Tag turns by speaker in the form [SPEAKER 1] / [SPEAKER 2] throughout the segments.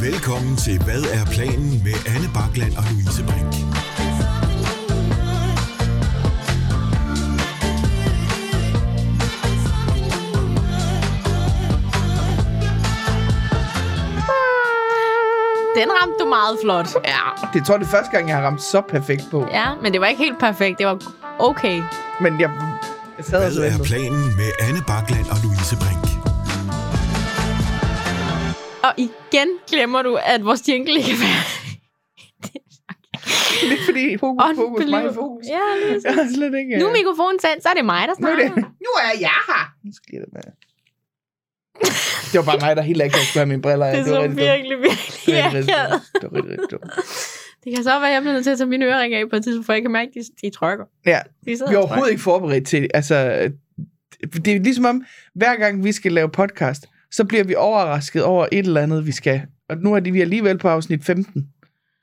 [SPEAKER 1] Velkommen til Hvad er planen med Anne Bakland og Louise Brink.
[SPEAKER 2] Den ramte du meget flot.
[SPEAKER 3] Ja, det tror jeg, det er første gang, jeg har ramt så perfekt på. Ja.
[SPEAKER 2] Ja, men det var ikke helt perfekt. Det var okay.
[SPEAKER 3] Men jeg, jeg sad og
[SPEAKER 1] Hvad er
[SPEAKER 3] ventede.
[SPEAKER 1] planen med Anne Bakland og Louise Brink?
[SPEAKER 2] Og igen glemmer du, at vores jingle ikke er færdig.
[SPEAKER 3] Lidt fordi fokus, fokus, mig i
[SPEAKER 2] Unbelievable.
[SPEAKER 3] fokus.
[SPEAKER 2] Ja, lige
[SPEAKER 3] Jeg
[SPEAKER 2] sådan.
[SPEAKER 3] er slet ikke...
[SPEAKER 2] Nu er
[SPEAKER 3] øh,
[SPEAKER 2] mikrofonen tændt, så er det mig, der
[SPEAKER 3] nu er
[SPEAKER 2] snakker.
[SPEAKER 3] det. Nu er jeg her. Nu skal jeg lade være. Det var bare mig, der helt ikke skulle have mine briller. af.
[SPEAKER 2] Det er så
[SPEAKER 3] rigtig dumt.
[SPEAKER 2] virkelig, virkelig
[SPEAKER 3] Det var rigtig, rigtig
[SPEAKER 2] akavet.
[SPEAKER 3] dumt. Det var rigtig, rigtig dumt.
[SPEAKER 2] Det kan så være, at jeg bliver nødt til at tage mine øreringer af på et tidspunkt, for jeg kan mærke, at de, de trykker.
[SPEAKER 3] Ja.
[SPEAKER 2] De sidder
[SPEAKER 3] Vi er
[SPEAKER 2] og trykker.
[SPEAKER 3] overhovedet ikke forberedt til det. Altså, det er ligesom om, hver gang vi skal lave podcast, så bliver vi overrasket over et eller andet, vi skal. Og nu er det, vi alligevel på afsnit 15.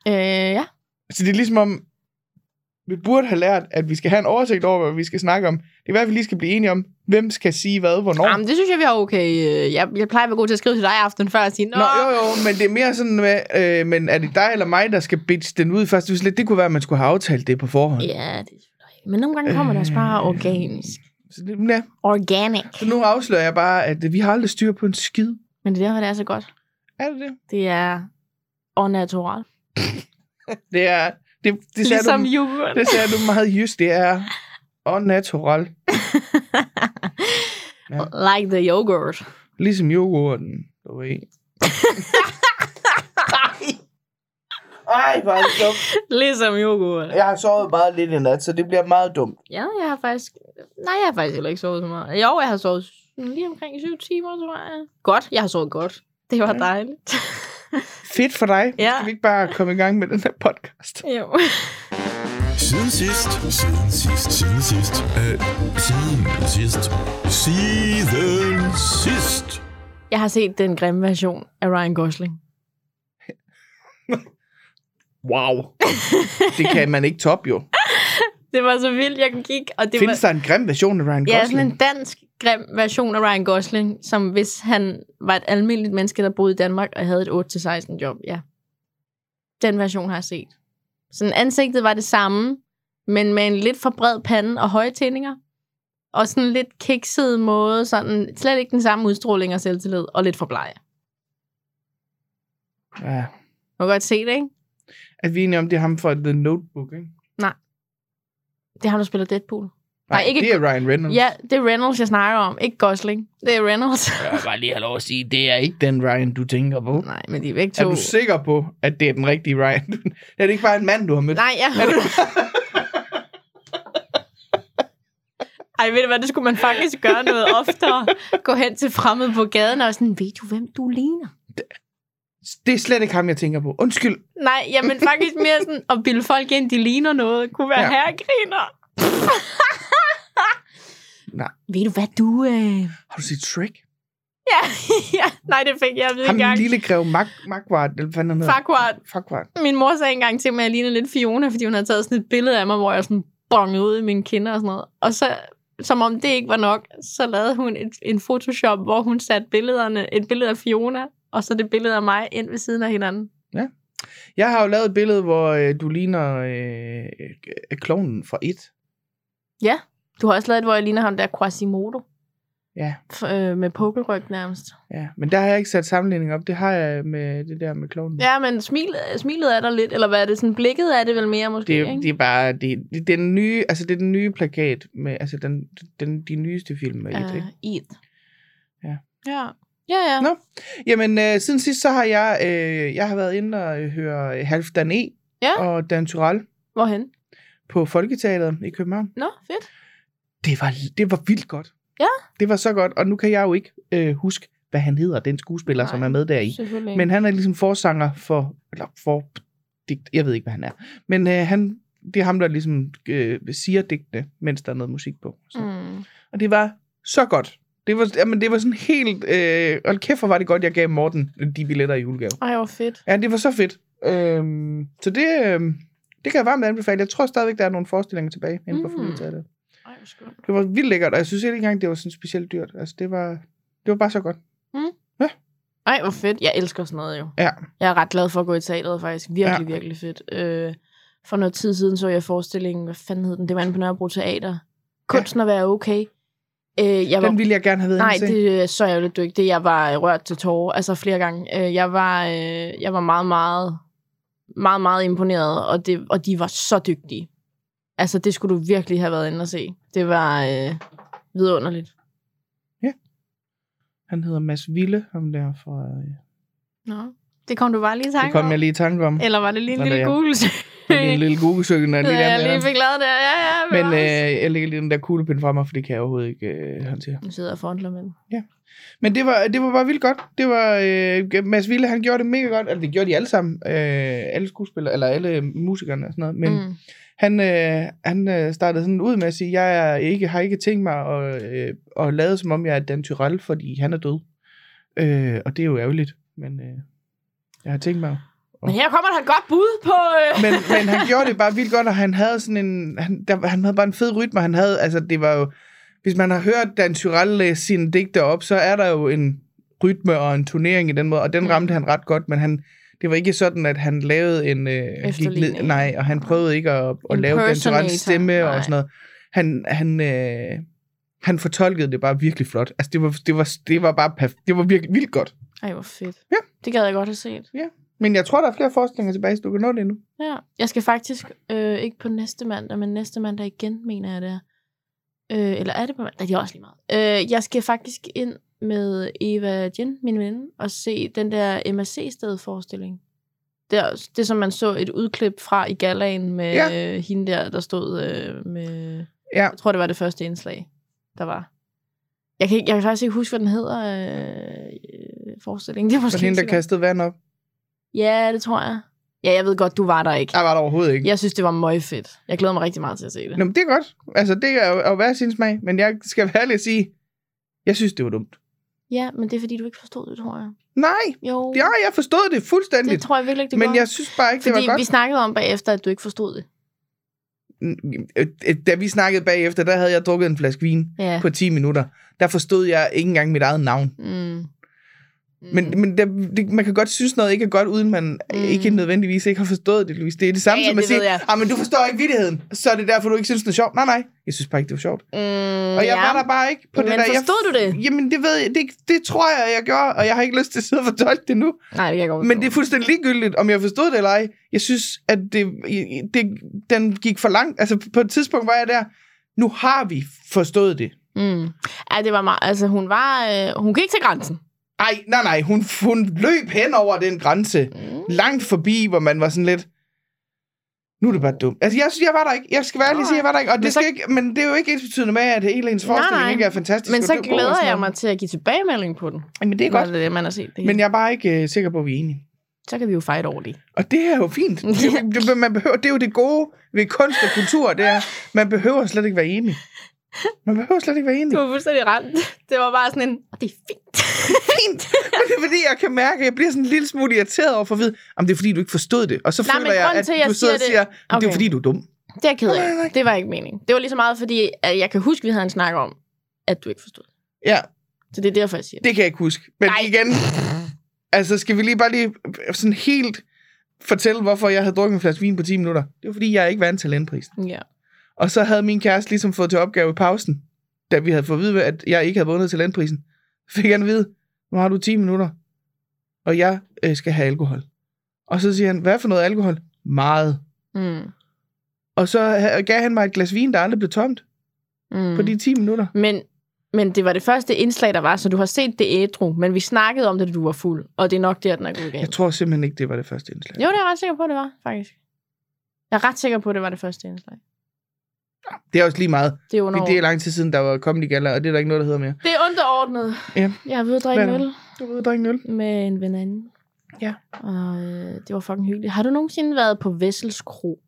[SPEAKER 2] Øh, ja.
[SPEAKER 3] Så det er ligesom om, vi burde have lært, at vi skal have en oversigt over, hvad vi skal snakke om. Det er i hvert fald lige skal blive enige om, hvem skal sige hvad, hvornår.
[SPEAKER 2] Jamen, det synes jeg, vi har okay. Øh, Jeg, jeg plejer at være god til at skrive til dig i aften før og sige, Nå,
[SPEAKER 3] Nå, jo, jo, men det er mere sådan med, øh, men er det dig eller mig, der skal bitch den ud først? Det er sådan lidt- Det kunne være, at man skulle have aftalt det på forhånd.
[SPEAKER 2] Ja, det er selvfølgelig rigtigt. Men nogle gange kommer det også bare
[SPEAKER 3] Øh.
[SPEAKER 2] organisk.
[SPEAKER 3] Så, det, ja.
[SPEAKER 2] Organic.
[SPEAKER 3] så nu afslører jeg bare, at vi har aldrig styr på en skid.
[SPEAKER 2] Men det er derfor, det er så godt.
[SPEAKER 3] Er det det?
[SPEAKER 2] Det er unnatural.
[SPEAKER 3] Det er... Det, det sagde
[SPEAKER 2] Ligesom
[SPEAKER 3] du,
[SPEAKER 2] yoghurt.
[SPEAKER 3] Det sagde du meget just, det er unnatural. Ja.
[SPEAKER 2] Like the yogurt.
[SPEAKER 3] Ligesom yoghurten, du ved. Ej, hvor er det dumt.
[SPEAKER 2] ligesom yoghurt.
[SPEAKER 3] Jeg har sovet meget lidt i nat, så det bliver meget dumt.
[SPEAKER 2] Ja, jeg har faktisk... Nej, jeg har faktisk heller ikke sovet så meget. Jo, jeg har sovet sådan lige omkring 7 timer, tror jeg. Godt, jeg har sovet godt. Det var
[SPEAKER 3] Ja.
[SPEAKER 2] dejligt.
[SPEAKER 3] Fedt for dig.
[SPEAKER 2] Ja.
[SPEAKER 3] Skal vi ikke bare komme i gang med den her podcast?
[SPEAKER 2] jo.
[SPEAKER 1] Siden sidst, siden sidst, siden sidst, øh, siden sidst, siden sidst.
[SPEAKER 2] Jeg har set den grimme version af Ryan Gosling.
[SPEAKER 3] Wow. Det kan man ikke top, jo.
[SPEAKER 2] Det var så vildt, jeg gik, og det var...
[SPEAKER 3] Findes der en grim version af Ryan
[SPEAKER 2] Ja,
[SPEAKER 3] Gosling?
[SPEAKER 2] sådan en dansk grim version af Ryan Gosling, som hvis han var et almindeligt menneske, der boede i Danmark og havde et 8-16 job, ja. Den version har jeg set. Sådan ansigtet var det samme, men med en lidt for bred pande og høje tændinger. Og sådan en lidt kikset måde, sådan slet ikke den samme udstråling og selvtillid, og lidt for bleg.
[SPEAKER 3] ja.
[SPEAKER 2] Man kan godt se det, ikke?
[SPEAKER 3] At vi er enige om, det er ham fra The Notebook, ikke?
[SPEAKER 2] Det har du spillet Deadpool.
[SPEAKER 3] Nej,
[SPEAKER 2] ikke-
[SPEAKER 3] det er Ryan Reynolds.
[SPEAKER 2] Ja, det er Reynolds, jeg snakker om. Ikke Gosling. Det er Reynolds.
[SPEAKER 3] Jeg vil bare lige have lov at sige, det er ikke den Ryan, du tænker på.
[SPEAKER 2] Nej, men de er begge
[SPEAKER 3] Er
[SPEAKER 2] to.
[SPEAKER 3] du sikker på, at det er den rigtige Ryan? er det ikke bare en mand, du har mødt?
[SPEAKER 2] Nej, jeg...
[SPEAKER 3] Er du...
[SPEAKER 2] Ej, ved du hvad, det skulle man faktisk gøre noget oftere. Gå hen til fremmede på gaden og sådan, ved du, hvem du ligner?
[SPEAKER 3] Det er slet ikke ham, jeg tænker på. Undskyld.
[SPEAKER 2] Nej, jamen faktisk mere sådan at bilde folk ind, de ligner noget. Kunne være ja.
[SPEAKER 3] Ja.
[SPEAKER 2] herregriner.
[SPEAKER 3] Nej.
[SPEAKER 2] Ved du hvad, du... Øh...
[SPEAKER 3] Har du set Shrek?
[SPEAKER 2] Ja, ja, nej, det fik jeg at vide
[SPEAKER 3] Ham den
[SPEAKER 2] engang.
[SPEAKER 3] lille grev Mag- Magvart, eller hvad han hedder.
[SPEAKER 2] Fakvart.
[SPEAKER 3] Fakvart.
[SPEAKER 2] Min mor sagde engang til mig, at jeg lignede lidt Fiona, fordi hun havde taget sådan et billede af mig, hvor jeg sådan bongede ud i mine kinder og sådan noget. Og så, som om det ikke var nok, så lavede hun et, en Photoshop, hvor hun satte billederne, et billede af Fiona, og så det billede af mig ind ved siden af hinanden.
[SPEAKER 3] Jeg har jo lavet et billede, hvor øh, du ligner øh, øh, klovnen fra 1.
[SPEAKER 2] Du har også lavet et, hvor jeg ligner ham der Quasimodo.
[SPEAKER 3] Ja.
[SPEAKER 2] F- øh, med pukkelryg nærmest.
[SPEAKER 3] Ja, men der har jeg ikke sat sammenligning op. Det har jeg med det der med klovnen.
[SPEAKER 2] Ja, men smil, smilet er der lidt, eller hvad er det? Sådan blikket er det vel mere måske,
[SPEAKER 3] Det,
[SPEAKER 2] ikke?
[SPEAKER 3] er- det er bare det, det, det er den nye, altså det er den nye plakat med altså den, den de nyeste film med et,
[SPEAKER 2] uh,
[SPEAKER 3] ikke?
[SPEAKER 2] it.
[SPEAKER 3] Ja.
[SPEAKER 2] Ja, ja. ja.
[SPEAKER 3] Nå. Jamen øh, siden sidst så har jeg øh, jeg har været inde og øh, høre øh, Halfdan E
[SPEAKER 2] Ja.
[SPEAKER 3] og Dan Tural
[SPEAKER 2] Hvorhen?
[SPEAKER 3] på Folketeateret i København.
[SPEAKER 2] Nå, fedt.
[SPEAKER 3] det var, det var vildt godt.
[SPEAKER 2] Ja.
[SPEAKER 3] Det var så godt, og nu kan jeg jo ikke øh, huske, hvad han hedder, den skuespiller,
[SPEAKER 2] Nej,
[SPEAKER 3] som er med deri.
[SPEAKER 2] Selvfølgelig.
[SPEAKER 3] Men han er ligesom forsanger for, eller for digt, jeg ved ikke, hvad han er. Men øh, han, det er ham, der ligesom øh, siger digtene, mens der er noget musik på. Så. Mm.
[SPEAKER 2] Mm.
[SPEAKER 3] Og det var så godt. Det var, jamen, det var sådan helt, øh, hold kæft, hvor var det godt, jeg gav Morten de billetter i julegave.
[SPEAKER 2] Ej, hvor fedt.
[SPEAKER 3] Ja, det var så fedt. Øhm, så det, øh, det kan jeg varmt anbefale. Jeg tror stadigvæk, der er nogle forestillinger tilbage inden for
[SPEAKER 2] Mm.
[SPEAKER 3] mm. Folketeateret.
[SPEAKER 2] Ej, hvor skønt.
[SPEAKER 3] Det var vildt lækkert, og jeg synes ikke engang, det var sådan specielt dyrt. Altså, det var, det var bare så godt.
[SPEAKER 2] Ej, Ej, hvor fedt. Jeg elsker sådan noget jo.
[SPEAKER 3] Ja.
[SPEAKER 2] Jeg er ret glad for at gå i teateret, faktisk. Virkelig, ja. virkelig fedt. Øh, for noget tid siden så jeg forestillingen, hvad fanden hed den? Det var inde på Nørrebro Teater. Kunsten at være okay. Øh, jeg var
[SPEAKER 3] Den ville jeg gerne have været
[SPEAKER 2] Nej,
[SPEAKER 3] inde til.
[SPEAKER 2] det er så ærgerligt, du ikke. Det, jeg var øh, rørt til tårer, altså flere gange. Øh, Jeg var, øh, jeg var meget, meget, meget, meget imponeret, og, det, og de var så dygtige. Altså, det skulle du virkelig have været inde og se. Det var øh, vidunderligt.
[SPEAKER 3] Han hedder Mads Ville, ham der fra... øh,
[SPEAKER 2] Nå. Det kom du bare lige i tanke
[SPEAKER 3] Det kom jeg lige i tanke om.
[SPEAKER 2] Eller var det lige en
[SPEAKER 3] Sådan
[SPEAKER 2] lille
[SPEAKER 3] er jeg.
[SPEAKER 2] google?
[SPEAKER 3] Det er lige en lille google-søgning, der lige
[SPEAKER 2] jeg
[SPEAKER 3] er
[SPEAKER 2] lige
[SPEAKER 3] med.
[SPEAKER 2] fik lavet det. Ja, ja,
[SPEAKER 3] Men
[SPEAKER 2] bevares.
[SPEAKER 3] øh, jeg lægger lige den der kuglepind fra mig, for det kan jeg overhovedet ikke øh, håndtere.
[SPEAKER 2] Nu sidder jeg og fondler med den.
[SPEAKER 3] Men det var, det var bare vildt godt. Det var, øh, Mads Ville, han gjorde det mega godt. Altså, det gjorde de alle sammen. Øh, alle skuespillere, eller alle musikerne og sådan noget. Men mm.
[SPEAKER 2] mm.
[SPEAKER 3] han, øh, han øh, startede sådan ud med at sige, jeg er ikke, har ikke tænkt mig at, øh, at lade, som om jeg er Dan Tyrell, fordi han er død. Øh, og det er jo ærgerligt. Men øh, jeg har tænkt mig
[SPEAKER 2] Men her kommer der et godt bud på... Øh...
[SPEAKER 3] men, men han gjorde det bare vildt godt, og han havde sådan en... Han, der, han havde bare en fed rytme, han havde... Altså, det var jo... Hvis man har hørt Dan Tyrell læse sine digter op, så er der jo en rytme og en turnering i den måde, og den
[SPEAKER 2] Mm.
[SPEAKER 3] ramte han ret godt, men han... Det var ikke sådan, at han lavede en... Øh, gik ned,
[SPEAKER 2] Efterligning.
[SPEAKER 3] nej, og han prøvede ikke at, at lave Dan Tyrells
[SPEAKER 2] Impersonator,
[SPEAKER 3] stemme nej.
[SPEAKER 2] nej.
[SPEAKER 3] og sådan noget. Han, han, øh, han fortolkede det bare virkelig flot. Altså, det var, det var, det var bare perf- Det var virkelig vildt godt.
[SPEAKER 2] Ej, hvor fedt.
[SPEAKER 3] Ja.
[SPEAKER 2] Det gad jeg godt have set.
[SPEAKER 3] Men jeg tror, der er flere forestillinger tilbage, så du kan nå det endnu.
[SPEAKER 2] Ja, jeg skal faktisk øh, ikke på næste mandag, men næste mandag igen, mener jeg det er. Øh, eller er det på mandag? Det er også lige meget. Øh, jeg skal faktisk ind med Eva Jen, min veninde, og se den der MRC-stedforestilling. Det, er, også- det, som man så et udklip fra i galaen med
[SPEAKER 3] Ja.
[SPEAKER 2] ja. øh, hende der, der stod øh, med...
[SPEAKER 3] Ja.
[SPEAKER 2] Jeg tror, det var det første indslag, der var. Jeg kan, ikke, jeg kan faktisk ikke huske, hvad den hedder, øh, øh, forestillingen. Det er måske
[SPEAKER 3] Så
[SPEAKER 2] ikke
[SPEAKER 3] hende, der
[SPEAKER 2] så godt.
[SPEAKER 3] kastede vand op.
[SPEAKER 2] Ja, det tror jeg. Ja, jeg ved godt, du var der ikke.
[SPEAKER 3] Der var der overhovedet ikke.
[SPEAKER 2] Jeg synes, det var møgfedt. Jeg glæder mig rigtig meget til at se det.
[SPEAKER 3] Nå, men det er godt. Altså, det er jo- jo hver sin smag. Men jeg skal være ærlig og sige, jeg synes, det var dumt.
[SPEAKER 2] Ja, men det er fordi, du ikke forstod det, tror jeg.
[SPEAKER 3] Nej,
[SPEAKER 2] Jo,
[SPEAKER 3] ja, jeg forstod det
[SPEAKER 2] det
[SPEAKER 3] fuldstændigt.
[SPEAKER 2] tror jeg virkelig ikke,
[SPEAKER 3] Det
[SPEAKER 2] det
[SPEAKER 3] men
[SPEAKER 2] gjorde.
[SPEAKER 3] jeg synes bare ikke, det
[SPEAKER 2] Fordi
[SPEAKER 3] var godt.
[SPEAKER 2] vi snakkede om bagefter, at du ikke forstod det.
[SPEAKER 3] Vi... Mm, Da vi snakkede bagefter, der havde jeg drukket en flaske vin
[SPEAKER 2] Ja.
[SPEAKER 3] på 10 minutter. Der forstod jeg ikke engang mit eget navn.
[SPEAKER 2] Mm. Mm.
[SPEAKER 3] Men, men der, det, man kan godt synes noget ikke er godt, uden man mm.
[SPEAKER 2] Mm.
[SPEAKER 3] ikke nødvendigvis ikke har forstået det, Louise. Det er det samme
[SPEAKER 2] Ja, ja,
[SPEAKER 3] som at
[SPEAKER 2] det ved
[SPEAKER 3] sige,
[SPEAKER 2] jeg.
[SPEAKER 3] ah, men du forstår ikke vidtigheden, så er det derfor, du ikke synes, det er sjovt. Nej, nej, jeg synes bare ikke, det var sjovt.
[SPEAKER 2] mm,
[SPEAKER 3] Og jeg ja. var der bare ikke på det
[SPEAKER 2] Men
[SPEAKER 3] der.
[SPEAKER 2] forstod du
[SPEAKER 3] jeg,
[SPEAKER 2] det?
[SPEAKER 3] Jamen, det ved jeg. Det, det tror jeg, jeg gjorde, og jeg har ikke lyst til at sidde og fortolke det nu.
[SPEAKER 2] Nej, det kan jeg godt
[SPEAKER 3] Men det er fuldstændig ligegyldigt, om jeg forstod det eller ej. Jeg synes, at det, det, den gik for langt. Altså, på et tidspunkt var jeg der, nu har vi forstået det.
[SPEAKER 2] Mm. Ja, det var meget... Altså, hun var... Øh, hun gik til grænsen.
[SPEAKER 3] Ej, nej, nej, hun, hun løb hen over den grænse,
[SPEAKER 2] Mm.
[SPEAKER 3] langt forbi, hvor man var sådan lidt, nu er det bare dumt. Altså, jeg, synes, jeg var der ikke. Jeg skal være lige sige, jeg var der ikke. Og
[SPEAKER 2] Men
[SPEAKER 3] det men,
[SPEAKER 2] så-
[SPEAKER 3] skal ikke, men det er jo ikke ens betydende med, at hele ens
[SPEAKER 2] Nej,
[SPEAKER 3] forestilling
[SPEAKER 2] nej.
[SPEAKER 3] ikke er fantastisk.
[SPEAKER 2] Men
[SPEAKER 3] og
[SPEAKER 2] så
[SPEAKER 3] det er god og
[SPEAKER 2] glæder
[SPEAKER 3] sådan
[SPEAKER 2] jeg
[SPEAKER 3] noget.
[SPEAKER 2] mig til at give tilbagemelding på den.
[SPEAKER 3] Jamen, det er godt.
[SPEAKER 2] Når det, er, man har set det.
[SPEAKER 3] Men
[SPEAKER 2] Men
[SPEAKER 3] jeg er bare ikke øh, sikker på, at vi er enige.
[SPEAKER 2] Så kan vi jo fight over det.
[SPEAKER 3] Og det er jo fint. Det, er jo- det, man behøver, det er jo det gode ved kunst og kultur, det er, man behøver slet ikke være enig. Man behøver slet ikke være enig.
[SPEAKER 2] Du var fuldstændig rent. Det var bare sådan en... "Åh, Det er fint.
[SPEAKER 3] Fint. Men det er fordi, jeg kan mærke, at jeg bliver sådan en lille smule irriteret over for at vide, om det er fordi, du ikke forstod det. Og så
[SPEAKER 2] Nej,
[SPEAKER 3] føler
[SPEAKER 2] men
[SPEAKER 3] jeg,
[SPEAKER 2] grunden
[SPEAKER 3] at
[SPEAKER 2] til, at jeg
[SPEAKER 3] du sidder og
[SPEAKER 2] siger
[SPEAKER 3] siger,
[SPEAKER 2] det-
[SPEAKER 3] det er
[SPEAKER 2] Okay.
[SPEAKER 3] fordi, du er dum.
[SPEAKER 2] Det er jeg ked
[SPEAKER 3] Nej, nej,
[SPEAKER 2] af.
[SPEAKER 3] nej.
[SPEAKER 2] Det var ikke meningen. Det var lige så meget, fordi at jeg kan huske, vi havde en snak om, at du ikke forstod.
[SPEAKER 3] Ja,
[SPEAKER 2] Så det er derfor, jeg siger det.
[SPEAKER 3] det kan jeg ikke huske. Men Nej.
[SPEAKER 2] Nej.
[SPEAKER 3] igen, altså skal vi lige bare lige øh, sådan helt fortælle, hvorfor jeg havde drukket en flaske vin på 10 minutter. Det var fordi, jeg ikke vandt talentprisen.
[SPEAKER 2] Ja.
[SPEAKER 3] Og så havde min kæreste ligesom fået til opgave i pausen, da vi havde fået at vide, at jeg ikke havde vundet talentprisen. Fik han at vide, nu har du 10 minutter, og jeg øh, skal have alkohol. Og så siger han, hvad for noget alkohol? Meget.
[SPEAKER 2] Mm.
[SPEAKER 3] Og så ha- gav han mig et glas vin, der aldrig blev tomt
[SPEAKER 2] Mm.
[SPEAKER 3] mm. på de 10 minutter.
[SPEAKER 2] Men, men det var det første indslag, der var, så du har set det ædru, men vi snakkede om det, da du var fuld, og det er nok der, den er gået
[SPEAKER 3] Jeg
[SPEAKER 2] galt.
[SPEAKER 3] tror simpelthen ikke, det var det første indslag.
[SPEAKER 2] Jo, det er jeg ret sikker på, det var, faktisk. Jeg er ret sikker på, det var det første indslag.
[SPEAKER 3] Det er også lige meget.
[SPEAKER 2] Det er
[SPEAKER 3] Fordi det er
[SPEAKER 2] underordnet.
[SPEAKER 3] lang tid siden, der var Comedy Gala, og det er der ikke noget, der hedder mere.
[SPEAKER 2] Det er underordnet.
[SPEAKER 3] Ja.
[SPEAKER 2] Jeg har ved at drikke
[SPEAKER 3] Hvad er
[SPEAKER 2] en
[SPEAKER 3] det?
[SPEAKER 2] øl
[SPEAKER 3] Du ved, der er ingen øl.
[SPEAKER 2] med en veninde.
[SPEAKER 3] Ja.
[SPEAKER 2] Og øh, det var fucking hyggeligt. Har du nogensinde været på Vessels Kro?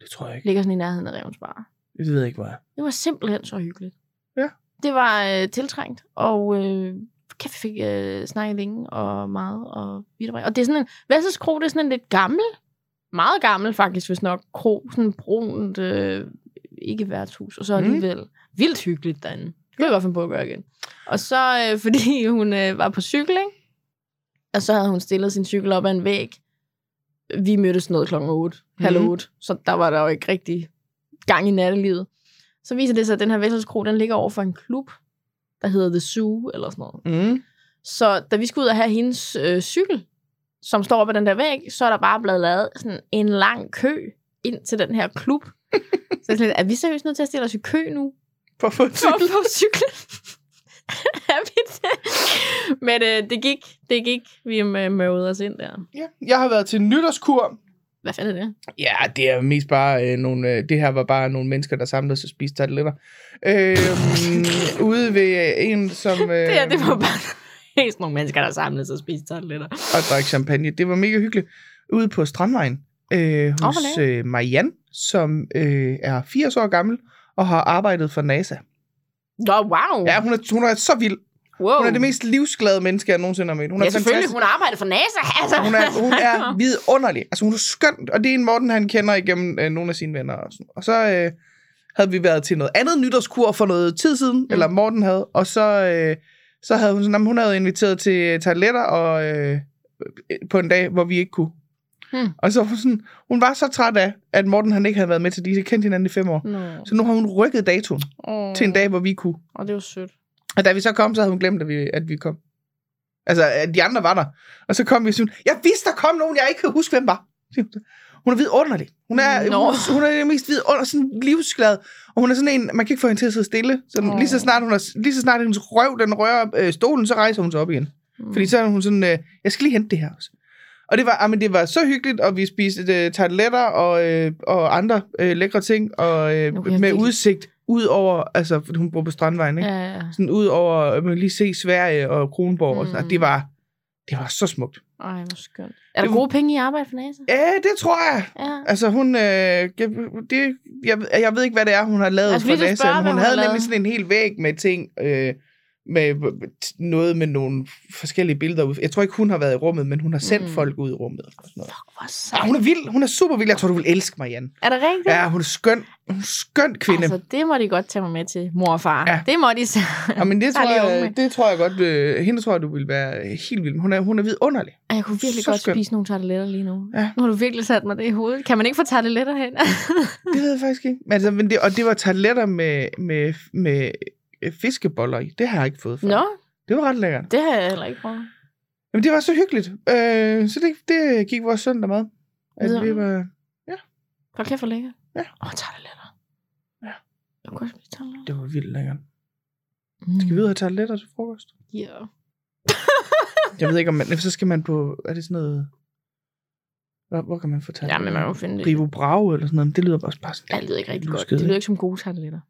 [SPEAKER 3] Det tror jeg ikke.
[SPEAKER 2] Ligger sådan i nærheden af Revens Bar.
[SPEAKER 3] Det ved jeg ikke, hvor jeg er.
[SPEAKER 2] Det var simpelthen så hyggeligt.
[SPEAKER 3] Ja.
[SPEAKER 2] Det var øh, tiltrængt, og øh, kæft, vi fik øh, snakket længe og meget. Og, vidt og bredt. og det er sådan en, Vessels Kro, det er sådan en lidt gammel, meget gammel faktisk, hvis nok, kro, sådan brunt, øh, ikke værtshus, og så
[SPEAKER 3] Mm.
[SPEAKER 2] alligevel vildt hyggeligt derinde. Det kunne jeg godt finde på at gøre igen. Og så, øh, fordi hun øh, var på cykel, ikke? og så havde hun stillet sin cykel op ad en væg. Vi mødtes noget klokken 8, mm. halv
[SPEAKER 3] Mhm.
[SPEAKER 2] 8, så der var der jo ikke rigtig gang i nattelivet. Så viser det sig, at den her Vesselskro, den ligger over for en klub, der hedder The Zoo, eller sådan noget.
[SPEAKER 3] Mm.
[SPEAKER 2] Så da vi skulle ud og have hendes øh, cykel, som står op ad den der væg, så er der bare blevet lavet sådan en lang kø ind til den her klub. så jeg er sådan lidt, er vi seriøst nødt til at stille os i kø nu?
[SPEAKER 3] For at få en
[SPEAKER 2] for
[SPEAKER 3] cykel.
[SPEAKER 2] at få cyklen. er vi det? Men øh, det gik. Det gik. Vi øh, møvede os ind der.
[SPEAKER 3] Ja. Jeg har været til nytårskur.
[SPEAKER 2] Hvad fanden er det?
[SPEAKER 3] Ja, det er mest bare øh, nogle... Øh, det her var bare nogle mennesker, der samlede sig og spiste tarteletter. Øh, ude ved øh, en, som... Øh,
[SPEAKER 2] Det her, det var bare helt sådan nogle mennesker, der samlede sig og spiste tarteletter.
[SPEAKER 3] og drikke champagne. Det var mega hyggeligt. Ude på Strandvejen øh,
[SPEAKER 2] Åh,
[SPEAKER 3] hos
[SPEAKER 2] hvor
[SPEAKER 3] øh, Marianne, som øh, er 80 år gammel og har arbejdet for NASA.
[SPEAKER 2] Nå, wow.
[SPEAKER 3] Ja, hun er, hun er så vild.
[SPEAKER 2] wow.
[SPEAKER 3] Hun er det mest livsglade menneske, jeg nogensinde har mødt. Hun
[SPEAKER 2] Hun
[SPEAKER 3] er
[SPEAKER 2] ja, selvfølgelig.
[SPEAKER 3] fantastisk.
[SPEAKER 2] Hun arbejder for NASA. Altså.
[SPEAKER 3] Hun er, hun er vidunderlig. Altså, hun er skønt, og det er en Morten, han kender igennem øh, nogle af sine venner. Og, sådan. og så øh, havde vi været til noget andet nytårskur for noget tid siden, mm. eller Morten havde, og så, øh, så havde hun sådan, jamen, hun havde inviteret til toiletter og, øh, på en dag, hvor vi ikke kunne.
[SPEAKER 2] Mm.
[SPEAKER 3] Og så var hun sådan, hun var så træt af, at Morten han ikke havde været med til de, de kendte hinanden i fem år.
[SPEAKER 2] Nå.
[SPEAKER 3] Så nu har hun rykket datoen
[SPEAKER 2] Oh.
[SPEAKER 3] til en dag, hvor vi kunne.
[SPEAKER 2] Og det var sødt.
[SPEAKER 3] Og da vi så kom, så havde hun glemt, at vi, at vi kom. Altså, at de andre var der. Og så kom vi og sådan, jeg vidste, der kom nogen, jeg ikke kan huske, hvem var. siger hun så. Hun er vidunderlig. Hun er,
[SPEAKER 2] Nå.
[SPEAKER 3] hun, hun er det mest vidunderlige, sådan livsglad. Og hun er sådan en, man kan ikke få hende til at sidde stille. Så
[SPEAKER 2] Åh.
[SPEAKER 3] lige, så snart hun er, lige så snart hendes røv, den rører øh, stolen, så rejser hun sig op igen.
[SPEAKER 2] Mm.
[SPEAKER 3] Fordi så er hun sådan, øh, jeg skal lige hente det her også. Og det var, ah, men det var så hyggeligt, og vi spiste øh, tarteletter og, øh, og andre øh, lækre ting, og øh,
[SPEAKER 2] Nu kan jeg
[SPEAKER 3] med
[SPEAKER 2] virkelig-
[SPEAKER 3] udsigt ud over, altså fordi hun bor på Strandvejen, ikke?
[SPEAKER 2] Ja, ja.
[SPEAKER 3] sådan ud over, at man kan lige se Sverige og Kronborg, mm. og sådan,
[SPEAKER 2] Mm.
[SPEAKER 3] noget. det var, det var så smukt.
[SPEAKER 2] Ej, hvor skønt. Er der
[SPEAKER 3] Det-
[SPEAKER 2] gode penge i arbejde for NASA?
[SPEAKER 3] Ja, det tror jeg.
[SPEAKER 2] Ja.
[SPEAKER 3] Altså hun, øh, jeg- det, jeg, jeg ved ikke, hvad det er, hun har lavet
[SPEAKER 2] Altså,
[SPEAKER 3] altså,
[SPEAKER 2] vi
[SPEAKER 3] for
[SPEAKER 2] skal
[SPEAKER 3] NASA.
[SPEAKER 2] spørge,
[SPEAKER 3] men
[SPEAKER 2] hvad
[SPEAKER 3] hun
[SPEAKER 2] hun
[SPEAKER 3] havde
[SPEAKER 2] har
[SPEAKER 3] nemlig
[SPEAKER 2] lavet.
[SPEAKER 3] sådan en hel væg med ting, øh, med t- noget med nogle forskellige billeder. ud. Jeg tror ikke, hun har været i rummet, men hun har sendt
[SPEAKER 2] Mm.
[SPEAKER 3] mm. folk ud i rummet. Og sådan noget.
[SPEAKER 2] Hvor
[SPEAKER 3] Ja,
[SPEAKER 2] sejt.
[SPEAKER 3] hun er vild. Hun er super vild. Jeg tror, du vil elske Marianne.
[SPEAKER 2] Er det rigtigt?
[SPEAKER 3] Ja, hun er skøn. Hun er skøn kvinde.
[SPEAKER 2] Altså, det må de godt tage mig med til, mor og far.
[SPEAKER 3] Ja.
[SPEAKER 2] Det må de så.
[SPEAKER 3] Ja, Ah, men det
[SPEAKER 2] der er
[SPEAKER 3] tror,
[SPEAKER 2] lige unge
[SPEAKER 3] jeg,
[SPEAKER 2] med.
[SPEAKER 3] det tror jeg godt, øh, hende tror jeg, du vil være helt vild med. Hun er, hun er vidunderlig.
[SPEAKER 2] Ej, Jeg kunne virkelig
[SPEAKER 3] Så
[SPEAKER 2] godt
[SPEAKER 3] skønt.
[SPEAKER 2] spise nogle tarteletter lige nu.
[SPEAKER 3] Ja.
[SPEAKER 2] Nu har du virkelig sat mig det i hovedet. Kan man ikke få tarteletter hen?
[SPEAKER 3] Det ved jeg faktisk ikke. Men Altså, men det, og det var tarteletter med, med, med øh, fiskeboller i. Det har jeg ikke fået før.
[SPEAKER 2] Nå,
[SPEAKER 3] Det var ret lækkert.
[SPEAKER 2] det har jeg heller ikke prøvet.
[SPEAKER 3] Jamen, det var så hyggeligt. Øh, så det, det gik vores søndag med. At vi
[SPEAKER 2] Vidunderligt.
[SPEAKER 3] var,
[SPEAKER 2] Hold kæft, hvor lækker.
[SPEAKER 3] Ja.
[SPEAKER 2] Åh, tarteletter.
[SPEAKER 3] Ja.
[SPEAKER 2] Jeg kunne også spise tarteletter. Mm.
[SPEAKER 3] det var vildt lækkert. Skal vi ud og have tarteletter til frokost?
[SPEAKER 2] Ja.
[SPEAKER 3] Jeg ved ikke, om man... Så skal man på... Er det sådan noget... Hvor, hvor kan man få
[SPEAKER 2] ja,
[SPEAKER 3] tarteletter?
[SPEAKER 2] men man kan jo finde det.
[SPEAKER 3] Rivo Brave eller sådan noget. Men det lyder også bare sådan...
[SPEAKER 2] Ja, det lyder ikke rigtig godt.
[SPEAKER 3] Lusket,
[SPEAKER 2] Det lyder
[SPEAKER 3] ikke?
[SPEAKER 2] ikke som gode tarteletter.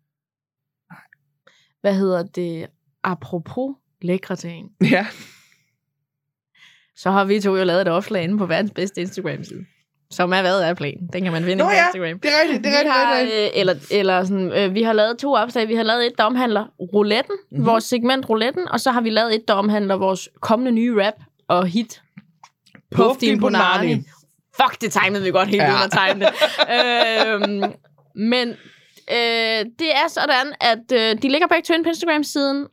[SPEAKER 2] Hvad hedder det? Apropos lækre ting.
[SPEAKER 3] Ja.
[SPEAKER 2] Så har vi to jo lavet et opslag inde på verdens bedste Instagram-side. Som er hvad er planen. Den kan man finde
[SPEAKER 3] Nå
[SPEAKER 2] inde på
[SPEAKER 3] ja,
[SPEAKER 2] Instagram.
[SPEAKER 3] det er rigtigt. Det er
[SPEAKER 2] vi
[SPEAKER 3] rigtigt.
[SPEAKER 2] har,
[SPEAKER 3] rigtigt, rigtigt.
[SPEAKER 2] øh, eller, eller sådan, øh, vi har lavet to opslag. Vi har lavet et, der omhandler rouletten, mm-hmm.
[SPEAKER 3] Mhm.
[SPEAKER 2] vores segment rouletten, og så har vi lavet et, der omhandler vores kommende nye rap og hit. Puff din Bonani. Fuck, det timede vi godt helt ja.
[SPEAKER 3] Ja.
[SPEAKER 2] uden at time det. øhm, men øh, det er sådan, at øh, de ligger begge to inde på Instagram-siden,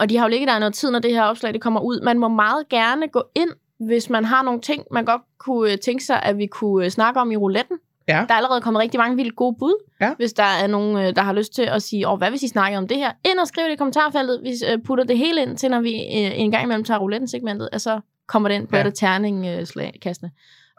[SPEAKER 2] og de har jo ligget der i noget tid, når det her opslag det kommer ud. Man må meget gerne gå ind, hvis man har nogle ting, man godt kunne øh, tænke sig, at vi kunne øh, snakke om i rouletten.
[SPEAKER 3] Ja.
[SPEAKER 2] Der er allerede kommet rigtig mange vildt gode bud.
[SPEAKER 3] Ja.
[SPEAKER 2] Hvis der er nogen, øh, der har lyst til at sige, Åh, hvad hvis I snakker om det her? Ind og skriv det i kommentarfeltet. Vi øh, putter det hele ind til, når vi øh, en gang imellem tager rouletten-segmentet, og så kommer det ind på ja.
[SPEAKER 3] Ja.
[SPEAKER 2] et af terning-kastene.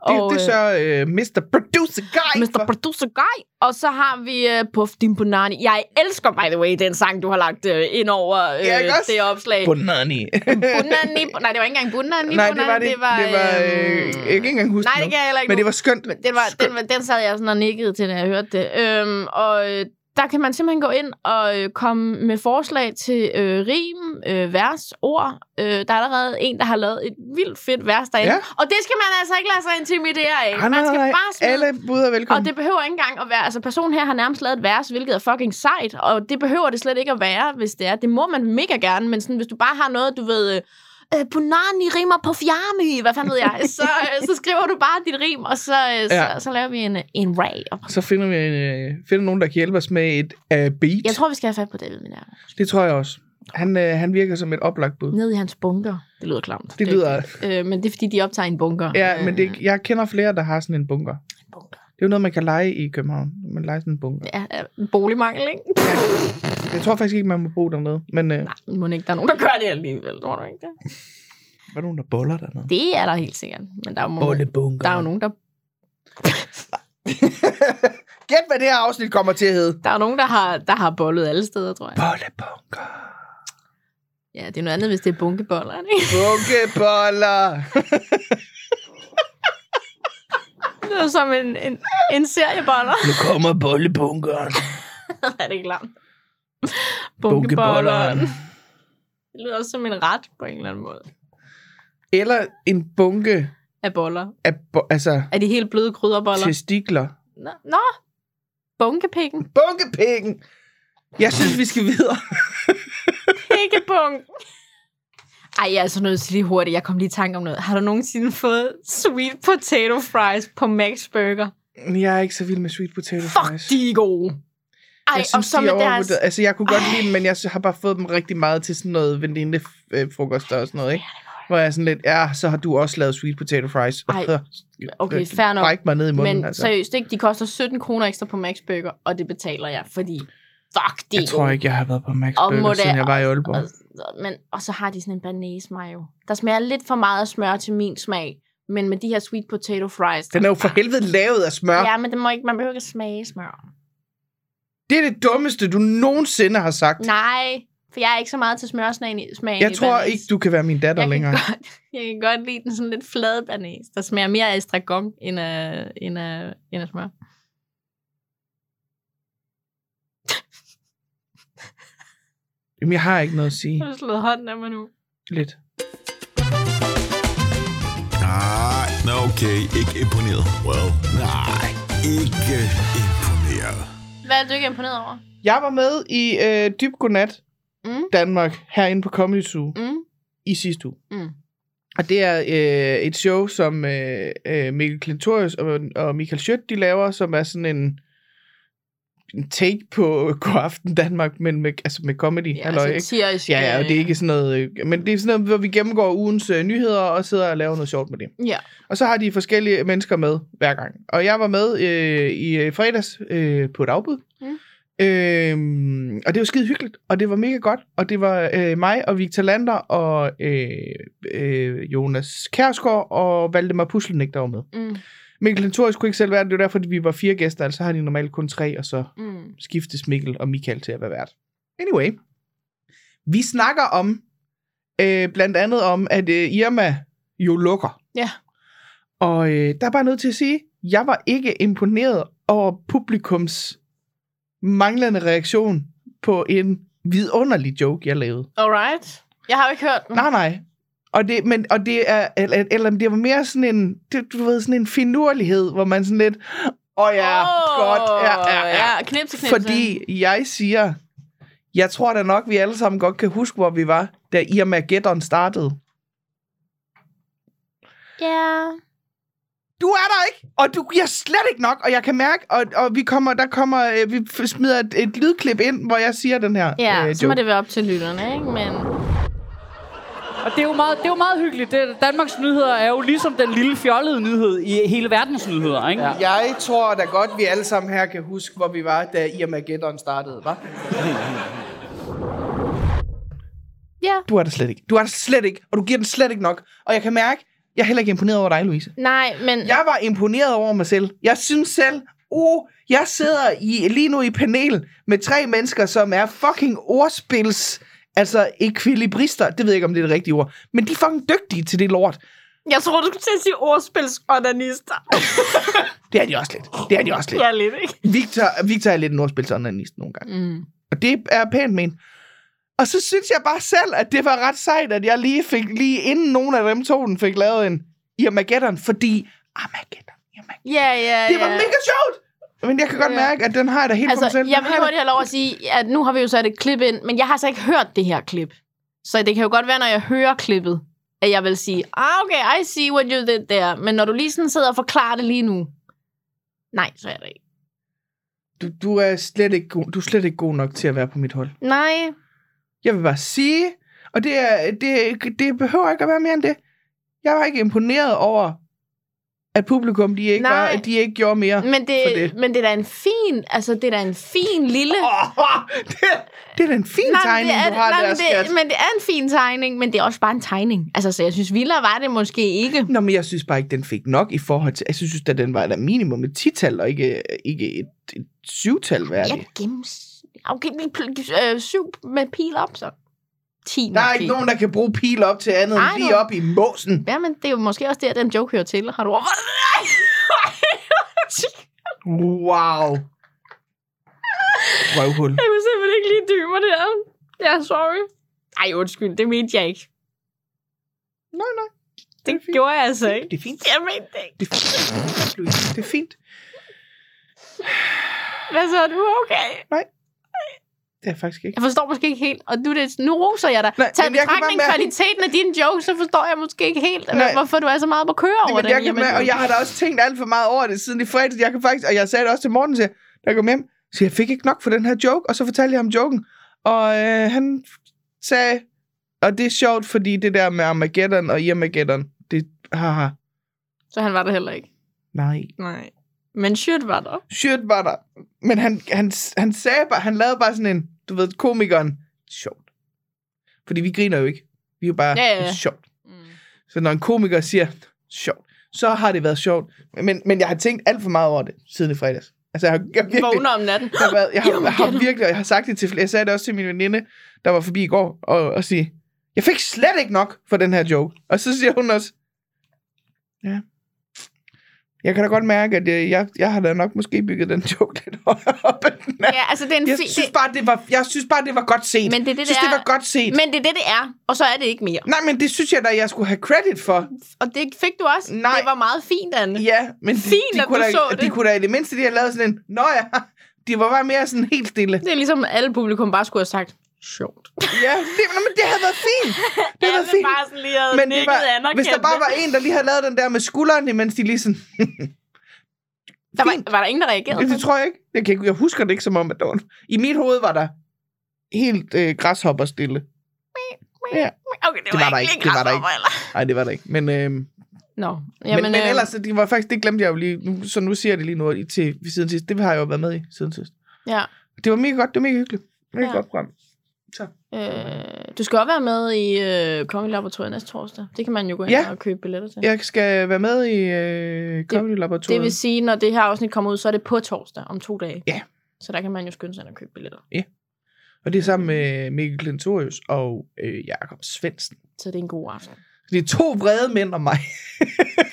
[SPEAKER 3] Det, det er så øh, Mr. Producer Guy.
[SPEAKER 2] Mr. Producer Guy. Og så har vi uh, Puff Din Bonani. Jeg elsker, by the way, den sang, du har lagt uh, ind over uh,
[SPEAKER 3] Ja, ikke også?
[SPEAKER 2] det opslag.
[SPEAKER 3] Bonani.
[SPEAKER 2] Bonani. Nej, det var ikke engang Bonani.
[SPEAKER 3] Nej, det
[SPEAKER 2] Bonani,
[SPEAKER 3] var det.
[SPEAKER 2] Det var,
[SPEAKER 3] det var øh,
[SPEAKER 2] øhm,
[SPEAKER 3] jeg kan ikke engang huske
[SPEAKER 2] Nej, det kan jeg heller ikke.
[SPEAKER 3] Men det var skønt.
[SPEAKER 2] Men den, var,
[SPEAKER 3] skønt.
[SPEAKER 2] den, var- den sad jeg sådan og nikkede til, da jeg hørte det. Øhm, og øh, der kan man simpelthen gå ind og øh, komme med forslag til øh, rim, øh, vers, ord. Øh, der er allerede en, der har lavet et vildt fedt vers derinde.
[SPEAKER 3] Ja.
[SPEAKER 2] Og det skal man altså ikke lade sig intimidere af.
[SPEAKER 3] Ej, nej,
[SPEAKER 2] man skal
[SPEAKER 3] nej, nej.
[SPEAKER 2] bare smide
[SPEAKER 3] Alle bud er velkommen.
[SPEAKER 2] og det behøver ikke engang at være... Altså, personen her har nærmest lavet et vers, hvilket er fucking sejt, og det behøver det slet ikke at være, hvis det er. Det må man mega gerne, men sådan, hvis du bare har noget, du ved... øh, Øh, punani rimer på fjarmi, hvad fanden ved jeg, så, øh, så skriver du bare dit rim, og så, ja. så,
[SPEAKER 3] Ja.
[SPEAKER 2] så laver vi en, øh, en rap.
[SPEAKER 3] Så finder vi en, øh, finder nogen, der kan hjælpe os med et uh, beat.
[SPEAKER 2] Jeg tror, vi skal have fat på David Minerva.
[SPEAKER 3] Det tror jeg også. Han, øh, han virker som et oplagt bud.
[SPEAKER 2] Ned i hans bunker. Det lyder klamt.
[SPEAKER 3] Det lyder...
[SPEAKER 2] Øh, men det er, fordi de optager en bunker.
[SPEAKER 3] Ja, men det,
[SPEAKER 2] Øh,
[SPEAKER 3] er- jeg kender flere, der har sådan en bunker.
[SPEAKER 2] en bunker.
[SPEAKER 3] Det er jo noget, man kan lege i København. Man leger sådan en bunker.
[SPEAKER 2] Ja, øh, boligmangel, ikke?
[SPEAKER 3] Jeg tror faktisk ikke, man må bo dernede. Men øh,
[SPEAKER 2] Nej, må ikke. Der er nogen, der gør det alligevel. Tror du ikke det?
[SPEAKER 3] var der nogen, der boller dernede?
[SPEAKER 2] Det er der helt sikkert. Men der er jo, nogen,
[SPEAKER 3] Bollebunker.
[SPEAKER 2] der er jo nogen, der,
[SPEAKER 3] Gæt, hvad det her afsnit kommer til at hedde.
[SPEAKER 2] der, er nogen, der, har, der har bollet alle steder, tror jeg.
[SPEAKER 3] Bollebunker.
[SPEAKER 2] Ja, det er noget andet, hvis det er bunkeboller, ikke?
[SPEAKER 3] Bunkeboller.
[SPEAKER 2] Det er som en, en, en serieboller.
[SPEAKER 3] nu kommer bollebunkeren.
[SPEAKER 2] er det ikke langt?
[SPEAKER 3] Bunkebolleren.
[SPEAKER 2] Det lyder også som en ret på en eller anden måde.
[SPEAKER 3] Eller en bunke
[SPEAKER 2] Af boller.
[SPEAKER 3] af bo- altså,
[SPEAKER 2] Er de helt bløde krydderboller?
[SPEAKER 3] testikler.
[SPEAKER 2] Nå, nå. bunkepikken.
[SPEAKER 3] Bunkepikken. Jeg synes, vi skal videre.
[SPEAKER 2] Pikkebunk. Ej, jeg er altså nødt til lige hurtigt. Jeg kom lige i tanke om noget. Har du nogensinde fået sweet potato fries på Max Burger?
[SPEAKER 3] Jeg er ikke så vild med sweet potato
[SPEAKER 2] Fuck,
[SPEAKER 3] fries.
[SPEAKER 2] de er gode. Ej,
[SPEAKER 3] jeg
[SPEAKER 2] og
[SPEAKER 3] synes,
[SPEAKER 2] så
[SPEAKER 3] de
[SPEAKER 2] med
[SPEAKER 3] er
[SPEAKER 2] deres...
[SPEAKER 3] overvurderet. Altså, jeg kunne godt
[SPEAKER 2] Ej.
[SPEAKER 3] lide dem, men jeg har bare fået dem rigtig meget til sådan noget venindefrokost og sådan noget, ikke? Hvor jeg er sådan lidt, ja, så har du også lavet sweet potato fries. Øh,
[SPEAKER 2] Ej, okay, fair nok.
[SPEAKER 3] Bræk mig ned i munden,
[SPEAKER 2] Men
[SPEAKER 3] altså.
[SPEAKER 2] seriøst, ikke? de koster 17 kroner ekstra på Max Burger, og det betaler jeg, fordi fuck, det er
[SPEAKER 3] Jeg tror
[SPEAKER 2] gode.
[SPEAKER 3] ikke, jeg har været på Max
[SPEAKER 2] Og må
[SPEAKER 3] Burger,
[SPEAKER 2] det- altså-
[SPEAKER 3] siden jeg var i Aalborg.
[SPEAKER 2] Og, men, og så har de sådan en banæs mayo. Der smager lidt for meget af smør til min smag, men med de her sweet potato fries...
[SPEAKER 3] Den er jo for helvede lavet af smør.
[SPEAKER 2] Ja, men det må ikke, man behøver ikke at smage smør.
[SPEAKER 3] Det er det dummeste, du nogensinde har sagt.
[SPEAKER 2] Nej, for jeg er ikke så meget til smørsmagen smagen
[SPEAKER 3] jeg
[SPEAKER 2] i
[SPEAKER 3] tror
[SPEAKER 2] banæs.
[SPEAKER 3] ikke, du kan være min datter
[SPEAKER 2] jeg
[SPEAKER 3] længere.
[SPEAKER 2] Kan godt, jeg kan godt lide den sådan lidt flade banæs, der smager mere af estragon end af, end af, end af smør.
[SPEAKER 3] Mm. Jamen, jeg har ikke noget at sige.
[SPEAKER 2] Jeg har du slået hånden af mig nu.
[SPEAKER 3] Lidt.
[SPEAKER 1] Nej, nå okay, ikke imponeret. Well, nej, ikke imponeret.
[SPEAKER 2] Hvad er du ikke imponeret over?
[SPEAKER 3] Jeg var med i øh, Dyb Godnat
[SPEAKER 2] Mm.
[SPEAKER 3] Danmark herinde på Comedy Zoo
[SPEAKER 2] Mm.
[SPEAKER 3] i sidste uge.
[SPEAKER 2] Mm.
[SPEAKER 3] Og det er øh, et show, som øh, øh, Mikkel Klintorius og, og Michael Schødt, de laver, som er sådan en, en take på øh, God Aften Danmark, men med, altså med comedy.
[SPEAKER 2] Ja,
[SPEAKER 3] halløj,
[SPEAKER 2] altså
[SPEAKER 3] ikke?
[SPEAKER 2] tirisk,
[SPEAKER 3] Ja, ja, og
[SPEAKER 2] øh,
[SPEAKER 3] det er ikke sådan noget... øh, Men det er sådan noget, hvor vi gennemgår ugens øh, nyheder og sidder og laver noget sjovt med det.
[SPEAKER 2] Ja.
[SPEAKER 3] Og så har de forskellige mennesker med hver gang. Og jeg var med øh, i øh, fredags øh, på et afbud.
[SPEAKER 2] Mm.
[SPEAKER 3] Øhm, og det var skide hyggeligt, og det var mega godt. Og det var øh, mig og Victor Lander og øh, øh, Jonas Kærsgaard og Valdemar Puslenik, der var med.
[SPEAKER 2] Mm.
[SPEAKER 3] Mikkel Lentorius kunne ikke selv være det, det var derfor, at vi var fire gæster, altså har de normalt kun tre, og så
[SPEAKER 2] Mm.
[SPEAKER 3] skiftes Mikkel og Michael til at være vært. Anyway, vi snakker om, øh, blandt andet om, at øh, Irma jo lukker.
[SPEAKER 2] Ja.
[SPEAKER 3] Og øh, der er bare nødt til at sige, jeg var ikke imponeret over publikums manglende reaktion på en vidunderlig joke, jeg lavede.
[SPEAKER 2] Alright. Jeg har jo ikke hørt den.
[SPEAKER 3] Nej, nej. Og det, men, og det er, eller, eller det var mere sådan en, det, du ved, sådan en finurlighed, hvor man sådan lidt, åh oh ja, oh, godt, ja, ja, ja.
[SPEAKER 2] ja knipse, knipse.
[SPEAKER 3] Fordi jeg siger, jeg tror da nok, vi alle sammen godt kan huske, hvor vi var, da Irmageddon startede.
[SPEAKER 2] Ja.
[SPEAKER 3] Du er der ikke, og du giver slet ikke nok, og jeg kan mærke, og, og vi kommer, der kommer, øh, vi f- smider et, et lydklip ind, hvor jeg siger den her
[SPEAKER 2] Ja,
[SPEAKER 3] øh,
[SPEAKER 2] så må
[SPEAKER 3] joke.
[SPEAKER 2] det være op til lytterne, ikke? Men
[SPEAKER 4] Og det er jo meget, det er jo meget hyggeligt. Det, Danmarks nyheder er jo ligesom den lille fjollede nyhed i hele verdens nyheder, ikke? Ja.
[SPEAKER 3] Jeg tror da godt, vi alle sammen her kan huske, hvor vi var, da Irmageddon startede, var?
[SPEAKER 2] ja.
[SPEAKER 3] Du er der slet ikke. Du er der slet ikke, og du giver den slet ikke nok. Og jeg kan mærke, jeg er heller ikke imponeret over dig, Louise.
[SPEAKER 2] Nej, men...
[SPEAKER 3] Jeg var imponeret over mig selv. Jeg synes selv, uh, jeg sidder i, lige nu i panel med tre mennesker, som er fucking ordspils, altså ekvilibrister. Det ved jeg ikke, om det er det rigtige ord. Men de er fucking dygtige til det lort.
[SPEAKER 2] Jeg tror, du skulle til at sige ordspilsonanister.
[SPEAKER 3] Det er de også lidt. Det er de også lidt.
[SPEAKER 2] ja, lidt, ikke?
[SPEAKER 3] Victor, Victor er lidt en ordspilsonanist nogle gange.
[SPEAKER 2] Mm.
[SPEAKER 3] Og det er pænt men. Og så synes jeg bare selv, at det var ret sejt, at jeg lige fik, lige inden nogen af dem to, den fik lavet en Armageddon, fordi Armageddon, Armageddon.
[SPEAKER 2] Ja, ja, ja.
[SPEAKER 3] Det var mega sjovt! Men jeg kan godt
[SPEAKER 2] Øh, Ja.
[SPEAKER 3] mærke, at den har jeg da helt for
[SPEAKER 2] Altså,
[SPEAKER 3] mig selv.
[SPEAKER 2] jeg
[SPEAKER 3] Den
[SPEAKER 2] vil
[SPEAKER 3] har
[SPEAKER 2] lige hurtigt have lov at sige, at nu har vi jo sat et klip ind, men jeg har så ikke hørt det her klip. Så det kan jo godt være, når jeg hører klippet, at jeg vil sige, ah, okay, I see what you did there. Men når du lige sådan sidder og forklarer det lige nu, nej, så er det ikke.
[SPEAKER 3] Du, du, er slet ikke god, du er slet ikke god nok til at være på mit hold.
[SPEAKER 2] Nej,
[SPEAKER 3] Jeg vil bare sige, og det, er, det, det behøver ikke at være mere end det. Jeg var ikke imponeret over, at publikum de ikke,
[SPEAKER 2] Nej. Mm.
[SPEAKER 3] var, de ikke gjorde mere.
[SPEAKER 2] Men det,
[SPEAKER 3] for det.
[SPEAKER 2] men det er da en fin, altså det er da en fin lille...
[SPEAKER 3] Åh, det, det er da en fin
[SPEAKER 2] men
[SPEAKER 3] tegning,
[SPEAKER 2] det er,
[SPEAKER 3] du har
[SPEAKER 2] nej,
[SPEAKER 3] der,
[SPEAKER 2] men
[SPEAKER 3] skat.
[SPEAKER 2] det, men det er en fin tegning, men det er også bare en tegning. Altså, så jeg synes, vildere var det måske ikke.
[SPEAKER 3] Nå, men jeg synes bare ikke, den fik nok i forhold til... Jeg synes, at den var der minimum et tital, og ikke, ikke et, et syvtal
[SPEAKER 2] Jeg
[SPEAKER 3] værdigt.
[SPEAKER 2] gennems... Okay, men pl- øh, syv med pil op, så. Ti
[SPEAKER 3] Der er
[SPEAKER 2] måske.
[SPEAKER 3] ikke nogen, der kan bruge pil op til andet
[SPEAKER 2] Ej,
[SPEAKER 3] end lige
[SPEAKER 2] nu-
[SPEAKER 3] op i måsen.
[SPEAKER 2] Ja, men det er jo måske også der, den joke hører til. Har du...
[SPEAKER 3] Wow. Røvhul.
[SPEAKER 2] Jeg kunne simpelthen ikke lige dybe mig der. Jeg er sorry. Ej, undskyld, det mente jeg ikke.
[SPEAKER 3] Nej, nej.
[SPEAKER 2] Det,
[SPEAKER 3] er fint.
[SPEAKER 2] gjorde jeg altså ikke.
[SPEAKER 3] Det er fint.
[SPEAKER 2] Jeg mente det ikke.
[SPEAKER 3] Det er fint. Louise. Det er fint.
[SPEAKER 2] Hvad så, er du okay?
[SPEAKER 3] Det er jeg faktisk ikke.
[SPEAKER 2] Jeg forstår måske ikke helt, og nu, er det, nu roser jeg dig.
[SPEAKER 3] Nej,
[SPEAKER 2] Nej, Tag i
[SPEAKER 3] men jeg kan bare
[SPEAKER 2] betragtning
[SPEAKER 3] mærke-
[SPEAKER 2] kvaliteten af dine jokes, så forstår jeg måske ikke helt,
[SPEAKER 3] Nej.
[SPEAKER 2] Nej. hvorfor du er så meget på køre over
[SPEAKER 3] Jamen,
[SPEAKER 2] det.
[SPEAKER 3] jeg kan, mærke- og jeg har da også tænkt alt for meget over det siden i fredags. Jeg kan faktisk, og jeg sagde det også til Morten, siger, da jeg kom hjem, så jeg fik ikke nok for den her joke, og så fortalte jeg ham joken. Og øh, han sagde, og det er sjovt, fordi det der med Armageddon og Irmageddon, det haha,
[SPEAKER 2] Så han var der heller ikke.
[SPEAKER 3] nej.
[SPEAKER 2] Nej. Men shit var der.
[SPEAKER 3] Shit var der. Men han, han, han sagde bare, han lavede bare sådan en, du ved, komikeren, sjovt. Fordi vi griner jo ikke. Vi er jo bare,
[SPEAKER 2] Ja, ja, ja.
[SPEAKER 3] sjovt.
[SPEAKER 2] Mm.
[SPEAKER 3] Så når en komiker siger, sjovt, så har det været sjovt. Men, men jeg har tænkt alt for meget over det siden i fredags. Altså, jeg har, jeg har virkelig,
[SPEAKER 2] Vågner om natten.
[SPEAKER 3] jeg har, været- jeg har, jeg har
[SPEAKER 2] Jamen,
[SPEAKER 3] virkelig, og jeg har sagt det til flere. Jeg sagde det også til min veninde, der var forbi i går, og, og sige, jeg fik slet ikke nok for den her joke. Og så siger hun også, ja, jeg kan da godt mærke, at øh, jeg, jeg, jeg har da nok måske bygget den joke lidt højere op. end den er."
[SPEAKER 2] Ja, altså det er en
[SPEAKER 3] Jeg
[SPEAKER 2] fin...
[SPEAKER 3] synes, bare, det var, jeg synes bare, det var godt set.
[SPEAKER 2] Men det er det,
[SPEAKER 3] jeg
[SPEAKER 2] det
[SPEAKER 3] synes, det
[SPEAKER 2] er.
[SPEAKER 3] var godt set.
[SPEAKER 2] Men det er det, det er, og så er det ikke mere.
[SPEAKER 3] Nej, men det synes jeg da, jeg skulle have credit for.
[SPEAKER 2] Og det fik du også.
[SPEAKER 3] Nej.
[SPEAKER 2] Det var meget fint, Anne.
[SPEAKER 3] Ja, men
[SPEAKER 2] Fint,
[SPEAKER 3] de, de,
[SPEAKER 2] at
[SPEAKER 3] kunne
[SPEAKER 2] du
[SPEAKER 3] da,
[SPEAKER 2] så det.
[SPEAKER 3] de kunne da i det mindste, de har lavet sådan en, nå ja, de var bare mere sådan helt stille.
[SPEAKER 2] Det er ligesom, at alle publikum bare skulle have sagt, sjovt.
[SPEAKER 3] Ja, det, nå, men det havde været fint. Det havde været fint.
[SPEAKER 2] bare sådan lige havde
[SPEAKER 3] Men det var, hvis der bare var en, der lige havde lavet den der med skulderen, imens de lige sådan...
[SPEAKER 2] der
[SPEAKER 3] fint.
[SPEAKER 2] var, var der ingen, der reagerede?
[SPEAKER 3] det,
[SPEAKER 2] på
[SPEAKER 3] det tror jeg ikke. Jeg, kan ikke. jeg husker det ikke som om, at der var... I mit hoved var der helt øh, græshopper stille. Ja.
[SPEAKER 2] Okay, det, det var,
[SPEAKER 3] der
[SPEAKER 2] ikke.
[SPEAKER 3] ikke. Det var der ikke.
[SPEAKER 2] Eller?
[SPEAKER 3] Nej, det var der ikke. Men, øh, Jamen,
[SPEAKER 2] Nå.
[SPEAKER 3] men, men
[SPEAKER 2] øh,
[SPEAKER 3] ellers, så det var faktisk, det glemte jeg jo lige. Nu, så nu siger jeg det lige nu til siden sidst. Det har jeg jo været med i siden sidst.
[SPEAKER 2] Ja.
[SPEAKER 3] Det var mega godt. Det var mega hyggeligt. Mega ja.
[SPEAKER 2] Ja.
[SPEAKER 3] godt program.
[SPEAKER 2] Øh, du skal også være med i øh, Comedy Laboratoriet næste torsdag. Det kan man jo gå ind
[SPEAKER 3] Ja.
[SPEAKER 2] ja. og købe billetter til. Ja.
[SPEAKER 3] Jeg skal være med i øh, Comedy Laboratoriet.
[SPEAKER 2] Det vil sige, når det her afsnit kommer ud, så er det på torsdag om to dage.
[SPEAKER 3] Ja.
[SPEAKER 2] Så der kan man jo skynde sig ind og købe billetter.
[SPEAKER 3] Og det er sammen med Mikkel Klintorius og øh, Jakob Svendsen.
[SPEAKER 2] Så det er en god aften.
[SPEAKER 3] Det er to vrede mænd og mig.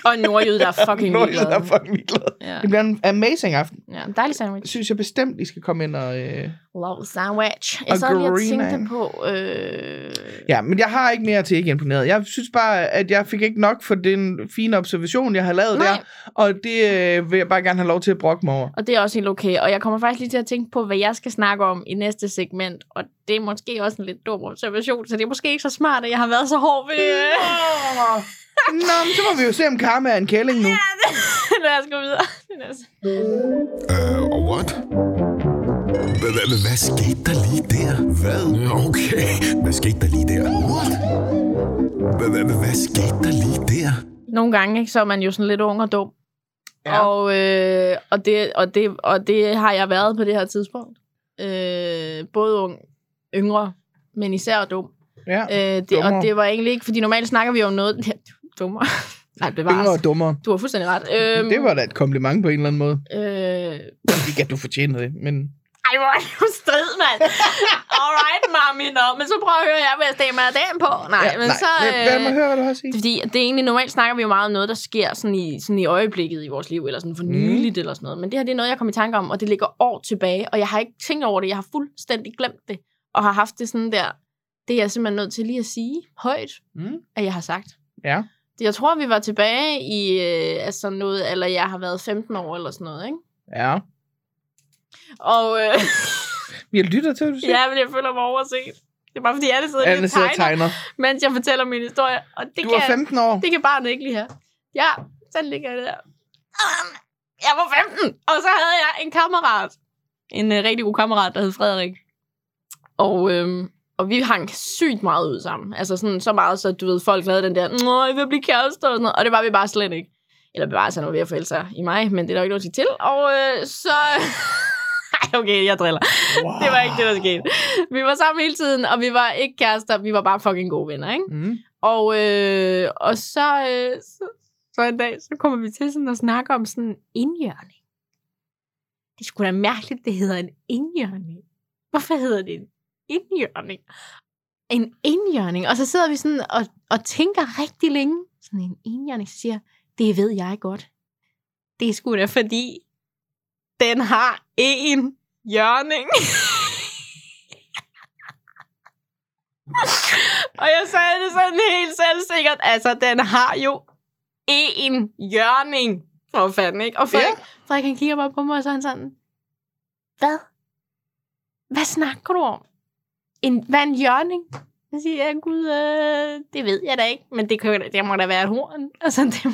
[SPEAKER 2] Og en nordjyde, der er fucking
[SPEAKER 3] Nordjyder, der er
[SPEAKER 2] ligeglad.
[SPEAKER 3] fucking ligeglad.
[SPEAKER 2] Ja.
[SPEAKER 3] Det bliver en amazing aften.
[SPEAKER 2] ja, en dejlig sandwich.
[SPEAKER 3] Synes jeg bestemt, I skal komme ind og... Øh...
[SPEAKER 2] Love sandwich.
[SPEAKER 3] Og
[SPEAKER 2] Jeg sad lige og
[SPEAKER 3] green man.
[SPEAKER 2] tænkte på... Øh...
[SPEAKER 3] Ja, men jeg har ikke mere til ikke imponeret. Jeg synes bare, at jeg fik ikke nok for den fine observation, jeg har lavet
[SPEAKER 2] Nej.
[SPEAKER 3] der. Og det øh, vil jeg bare gerne have lov til at brokke mig over.
[SPEAKER 2] Og det er også helt okay. Og jeg kommer faktisk lige til at tænke på, hvad jeg skal snakke om i næste segment. Og det er måske også en lidt dum observation, så det er måske ikke så smart, at jeg har været så hård ved... øh,
[SPEAKER 3] Nå, men så må vi jo se, om Karma er en kælling nu.
[SPEAKER 2] Lad os gå videre. Det er næste.
[SPEAKER 1] Øh, uh, what? Hva- hva- Hvad skete der lige der? Hvad? Okay, hvad skete der lige der? What? Hva- hva- Hvad skete der lige der?
[SPEAKER 2] Nogle gange, ikke, så er man jo sådan lidt ung og dum.
[SPEAKER 3] Ja.
[SPEAKER 2] Ja. Og, øh, og, det, og, det, og det har jeg været på det her tidspunkt. Øh, både ung, yngre, men især dum.
[SPEAKER 3] Ja,
[SPEAKER 2] Øh, det,
[SPEAKER 3] Dummere.
[SPEAKER 2] og det var egentlig ikke, fordi normalt snakker vi jo om noget... Ja, dummere. Nej,
[SPEAKER 3] yngre
[SPEAKER 2] bevares.
[SPEAKER 3] og dummere.
[SPEAKER 2] Du har fuldstændig ret. Øhm,
[SPEAKER 3] Det var da et kompliment på en eller anden måde.
[SPEAKER 2] Øh,
[SPEAKER 3] Ikke at du fortjener det, men...
[SPEAKER 2] Ej, hvor er det jo strid, mand. Alright, mami, nå. Men så prøv at høre, jeg vil stemme af dagen på. Nej, ja, men så... øh,
[SPEAKER 3] Lad, lad mig høre, hvad du har at sige.
[SPEAKER 2] det er fordi, at det er egentlig normalt snakker vi jo meget om noget, der sker sådan i, sådan i øjeblikket i vores liv, eller
[SPEAKER 3] Mm.
[SPEAKER 2] sådan for nyligt eller sådan noget. Men det her, det er noget, jeg kom i tanke om, og det ligger år tilbage, og jeg har ikke tænkt over det. Jeg har fuldstændig glemt det, og har haft det sådan der. Det er jeg simpelthen nødt til lige at sige højt,
[SPEAKER 3] Mm.
[SPEAKER 2] at jeg har sagt.
[SPEAKER 3] Ja.
[SPEAKER 2] Det- Jeg tror, vi var tilbage i øh, altså noget, eller jeg har været 15 år eller sådan noget, ikke?
[SPEAKER 3] Ja.
[SPEAKER 2] Og øh,
[SPEAKER 3] Vi har lyttet til, hvad du siger.
[SPEAKER 2] ja, men jeg føler mig overset. Det er bare, fordi alle sidder lige
[SPEAKER 3] Anne
[SPEAKER 2] og
[SPEAKER 3] sidder
[SPEAKER 2] tegner,
[SPEAKER 3] og tegner.
[SPEAKER 2] mens jeg fortæller min historie. Og det
[SPEAKER 3] Du
[SPEAKER 2] kan,
[SPEAKER 3] er 15 år.
[SPEAKER 2] det kan barnet ikke lige her. Ja, sådan ligger det der. Um, Jeg var 15, og så havde jeg en kammerat. En øh, rigtig god kammerat, der hed Frederik. Og øhm, Og vi hang sygt meget ud sammen. Altså sådan, så meget, så du ved, folk lavede den der, Nå, jeg vil blive kærester og sådan noget. Og det var vi bare slet ikke. Eller bevares, han var ved at forelske sig i mig, men det er der jo ikke noget at sige til. Og øh, så... Ej, okay, jeg driller. Wow. Det var ikke det, der skete. Vi var sammen hele tiden, og vi var ikke kærester. Vi var bare fucking gode venner, ikke?
[SPEAKER 3] Mm.
[SPEAKER 2] Og, øh, og så, øh, så, så en dag, så kommer vi til sådan at snakke om sådan en indjørning. Det skulle da mærkeligt, det hedder en indjørning. Hvorfor hedder det en indjørning? En indjørning. Og så sidder vi sådan og, og tænker rigtig længe. Sådan en indjørning så siger, jeg, det ved jeg godt. Det er sgu da fordi, den har en hjørning. Og jeg sagde det sådan helt selvsikkert. Altså, den har jo en hjørning. For fanden, ikke? Og Frederik, ja. Frederik, han kigger bare på mig, og så er han sådan, hvad? Hvad snakker du om? En, hvad er en hjørning? Jeg siger, ja, gud, øh, det ved jeg da ikke, men det, kan, det må da være et horn. Altså, det må,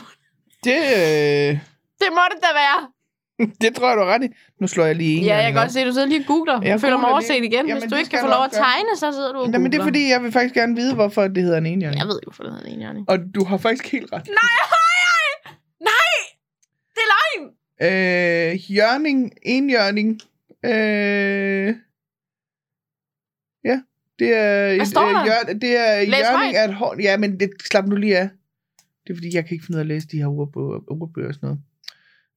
[SPEAKER 3] Det, øh,
[SPEAKER 2] det, må det da være.
[SPEAKER 3] det tror jeg, du har ret i. Nu slår jeg lige en
[SPEAKER 2] Ja,
[SPEAKER 3] gang
[SPEAKER 2] jeg kan
[SPEAKER 3] op.
[SPEAKER 2] godt se, at du sidder lige og googler. Jeg
[SPEAKER 3] Jeg
[SPEAKER 2] føler mig
[SPEAKER 3] googler
[SPEAKER 2] overset
[SPEAKER 3] lige.
[SPEAKER 2] igen. Hvis
[SPEAKER 3] Jamen,
[SPEAKER 2] du
[SPEAKER 3] det
[SPEAKER 2] ikke
[SPEAKER 3] skal
[SPEAKER 2] kan få
[SPEAKER 3] du
[SPEAKER 2] lov at
[SPEAKER 3] også gøre.
[SPEAKER 2] tegne, så sidder du og
[SPEAKER 3] Nej, men det er
[SPEAKER 2] googler.
[SPEAKER 3] fordi, jeg vil faktisk gerne vide, hvorfor det hedder en enhjørning.
[SPEAKER 2] Jeg ved ikke, hvorfor det hedder en hjørning.
[SPEAKER 3] Og du har faktisk helt ret.
[SPEAKER 2] Nej, nej, nej! Nej! Det er løgn!
[SPEAKER 3] Øh, hjørning, enhjørning. Øh, ja, det er...
[SPEAKER 2] Hvad står
[SPEAKER 3] øh,
[SPEAKER 2] der?
[SPEAKER 3] hjør- det er
[SPEAKER 2] højt.
[SPEAKER 3] hjørning af et hånd. Ja, men det slap nu lige af. Det er fordi, jeg kan ikke finde ud af at læse de her ordbøger, ordbøger og sådan noget.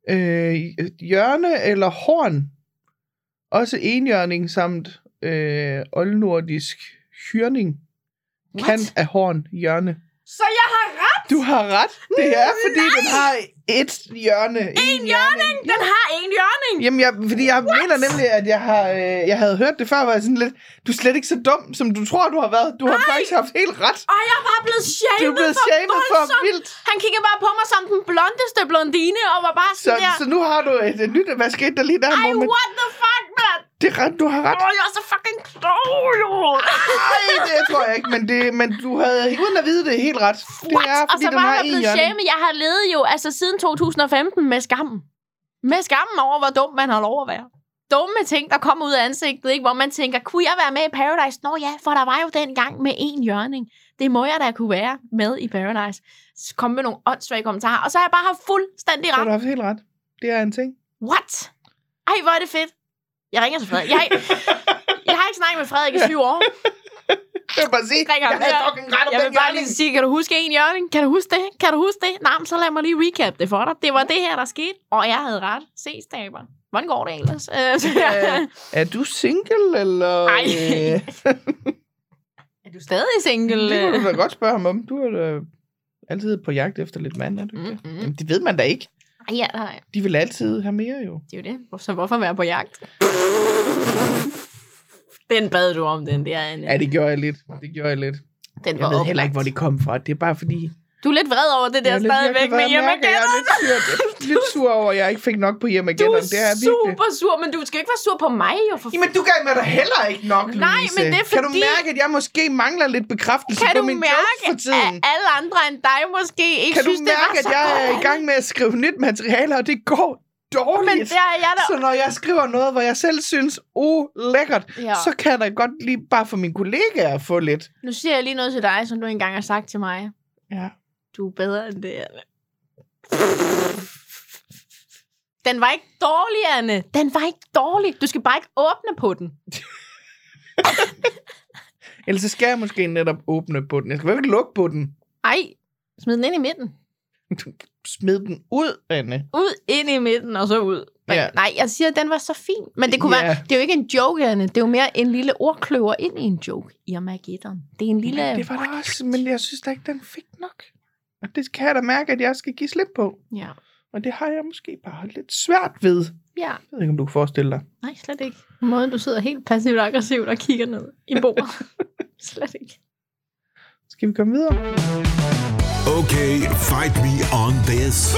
[SPEAKER 3] Øh, hjørne eller horn. Også enhjørning samt øh, oldnordisk hyrning.
[SPEAKER 2] What?
[SPEAKER 3] Kant af horn, hjørne.
[SPEAKER 2] Så jeg har ret!
[SPEAKER 3] Du har ret. Det
[SPEAKER 2] Mm,
[SPEAKER 3] er, fordi den har et hjørne. En hjørning?
[SPEAKER 2] Den har en hjørning!
[SPEAKER 3] Jamen, jeg, fordi jeg What? mener nemlig, at jeg, har, øh, jeg havde hørt det før, var jeg sådan lidt, du er slet ikke så dum, som du tror, du har været. Du har Ej. faktisk haft helt ret.
[SPEAKER 2] Og jeg var blevet shamed
[SPEAKER 3] Du er blevet shamed for vildt.
[SPEAKER 2] Han kiggede bare på mig som den blondeste blondine, og var bare
[SPEAKER 3] Så,
[SPEAKER 2] sådan der,
[SPEAKER 3] så nu har du et, et nyt, hvad skete der lige der?
[SPEAKER 2] Ej,
[SPEAKER 3] moment?
[SPEAKER 2] what the fuck, man?
[SPEAKER 3] Det er ret, du har ret.
[SPEAKER 2] Åh, jeg er så fucking klog, jo.
[SPEAKER 3] Ah. Nej, det tror jeg ikke, men, det, men du havde, uden at vide det, helt ret. Det
[SPEAKER 2] What?
[SPEAKER 3] er,
[SPEAKER 2] og
[SPEAKER 3] fordi
[SPEAKER 2] så
[SPEAKER 3] den
[SPEAKER 2] var
[SPEAKER 3] har
[SPEAKER 2] jeg
[SPEAKER 3] en
[SPEAKER 2] blevet
[SPEAKER 3] hjørne.
[SPEAKER 2] shamed. Jeg har levet jo altså siden 2015 med skammen. Med skammen over, hvor dum man har lov at være. Dumme ting, der kommer ud af ansigtet, ikke? hvor man tænker, kunne jeg være med i Paradise? Nå ja, for der var jo den gang med en hjørning. Det må jeg da kunne være med i Paradise. Så kom med nogle åndssvage kommentarer. Og så har jeg bare haft fuldstændig
[SPEAKER 3] Så
[SPEAKER 2] ret.
[SPEAKER 3] har du haft helt ret. Det er en ting.
[SPEAKER 2] What? Ej, hvor er det fedt. Jeg ringer til Frederik. Jeg, jeg har ikke snakket med Frederik i syv år.
[SPEAKER 3] Jeg vil bare sige,
[SPEAKER 2] Ringer
[SPEAKER 3] jeg
[SPEAKER 2] ham
[SPEAKER 3] havde
[SPEAKER 2] her.
[SPEAKER 3] fucking ret om
[SPEAKER 2] Jeg
[SPEAKER 3] den
[SPEAKER 2] vil bare
[SPEAKER 3] hjørning.
[SPEAKER 2] lige sige, kan du huske en, Jørgen? Kan du huske det? Kan du huske det? Nej, men så lad mig lige recap det for dig. Det var det her, der skete, og jeg havde ret. Ses, damer. Hvordan går det ellers? Øh,
[SPEAKER 3] Er du single, eller...
[SPEAKER 2] Ej.
[SPEAKER 3] øh,
[SPEAKER 2] er du stadig single?
[SPEAKER 3] Det kunne du da godt spørge ham om. Du er da altid på jagt efter lidt mand, er du ikke? det?
[SPEAKER 2] Mhm.
[SPEAKER 3] Jamen, det ved man da ikke.
[SPEAKER 2] øh. Ej, ja, nej.
[SPEAKER 3] De vil altid have mere, jo.
[SPEAKER 2] Det er jo det. Så hvorfor være på jagt? Den bad du om, den der. Anne.
[SPEAKER 3] Ja, det gjorde jeg lidt. Det gjorde jeg lidt.
[SPEAKER 2] den
[SPEAKER 3] Jeg
[SPEAKER 2] var
[SPEAKER 3] ved heller
[SPEAKER 2] oplagt.
[SPEAKER 3] ikke, hvor det kom fra. Det er bare fordi...
[SPEAKER 2] Du er lidt vred over det
[SPEAKER 3] jeg
[SPEAKER 2] der
[SPEAKER 3] er lidt virkelig
[SPEAKER 2] stadigvæk
[SPEAKER 3] vred.
[SPEAKER 2] med
[SPEAKER 3] Jeg mærker, Jeg er
[SPEAKER 2] hjemmegætter.
[SPEAKER 3] lidt sur, jeg er lidt sur over, at jeg ikke fik nok på
[SPEAKER 2] Du
[SPEAKER 3] hjemmegætteren.
[SPEAKER 2] er
[SPEAKER 3] Det er jeg virkelig.
[SPEAKER 2] super sur, men du skal ikke være sur på mig, jo. For
[SPEAKER 3] Jamen, du gav mig da heller ikke nok, Louise.
[SPEAKER 2] Nej, men det er
[SPEAKER 3] Kan du
[SPEAKER 2] fordi-
[SPEAKER 3] mærke, at jeg måske mangler lidt bekræftelse
[SPEAKER 2] kan
[SPEAKER 3] på
[SPEAKER 2] du
[SPEAKER 3] min
[SPEAKER 2] mærke,
[SPEAKER 3] jokes for tiden?
[SPEAKER 2] at alle andre end dig måske ikke
[SPEAKER 3] Kan du
[SPEAKER 2] synes,
[SPEAKER 3] mærke,
[SPEAKER 2] det
[SPEAKER 3] at
[SPEAKER 2] var så
[SPEAKER 3] jeg
[SPEAKER 2] godt?
[SPEAKER 3] er i gang med at skrive nyt materiale, og det går
[SPEAKER 2] Men
[SPEAKER 3] dårligt?
[SPEAKER 2] der er jeg da...
[SPEAKER 3] Så når jeg skriver noget, hvor jeg selv synes, oh, lækkert,
[SPEAKER 2] Ja.
[SPEAKER 3] ja. så kan jeg da godt lige bare for mine kollegaer få lidt.
[SPEAKER 2] Nu siger jeg lige noget til dig, som du engang har sagt til mig.
[SPEAKER 3] Ja.
[SPEAKER 2] Du er bedre end det, Anne. Den var ikke dårlig, Anne. Den var ikke dårlig. Du skal bare ikke åbne på den.
[SPEAKER 3] Ellers så skal jeg måske netop åbne på den. Jeg skal i hvert fald ikke lukke på den.
[SPEAKER 2] Ej, smid den ind i midten.
[SPEAKER 3] Smid den ud, Anne.
[SPEAKER 2] Ud, ind i midten, og så ud.
[SPEAKER 3] Ja.
[SPEAKER 2] Nej, jeg siger, at den var så fin. Men det, kunne
[SPEAKER 3] Ja.
[SPEAKER 2] være, det er jo ikke en joke, Anne. Det er jo mere en lille ordkløver ind i en joke. Irmageddon. Det er en lille...
[SPEAKER 3] Det var der også, men jeg synes da ikke, den fik nok. Og det kan jeg da mærke, at jeg skal give slip på.
[SPEAKER 2] Ja.
[SPEAKER 3] Og det har jeg måske bare lidt svært ved.
[SPEAKER 2] ja.
[SPEAKER 3] Jeg ved ikke, om du kan forestille dig.
[SPEAKER 2] Nej, slet ikke. Måden, du sidder helt passivt og aggressivt og kigger ned i bordet. slet ikke.
[SPEAKER 3] Skal vi komme videre?
[SPEAKER 1] Okay, fight me on this.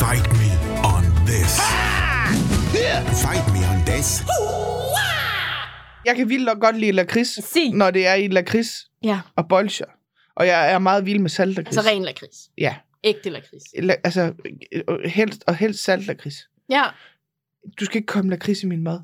[SPEAKER 1] Fight me on this. Fight me on this.
[SPEAKER 3] Jeg kan vildt nok godt lide lakrids,
[SPEAKER 2] Se.
[SPEAKER 3] når det er i lakrids
[SPEAKER 2] Ja,
[SPEAKER 3] og bolcher. Og jeg er meget vild med saltlakrids.
[SPEAKER 2] altså ren lakrids.
[SPEAKER 3] Ja.
[SPEAKER 2] Ægte lakrids.
[SPEAKER 3] la- altså, øh, helst, og helst salt lakrids.
[SPEAKER 2] Ja,
[SPEAKER 3] Du skal ikke komme lakrids i min mad.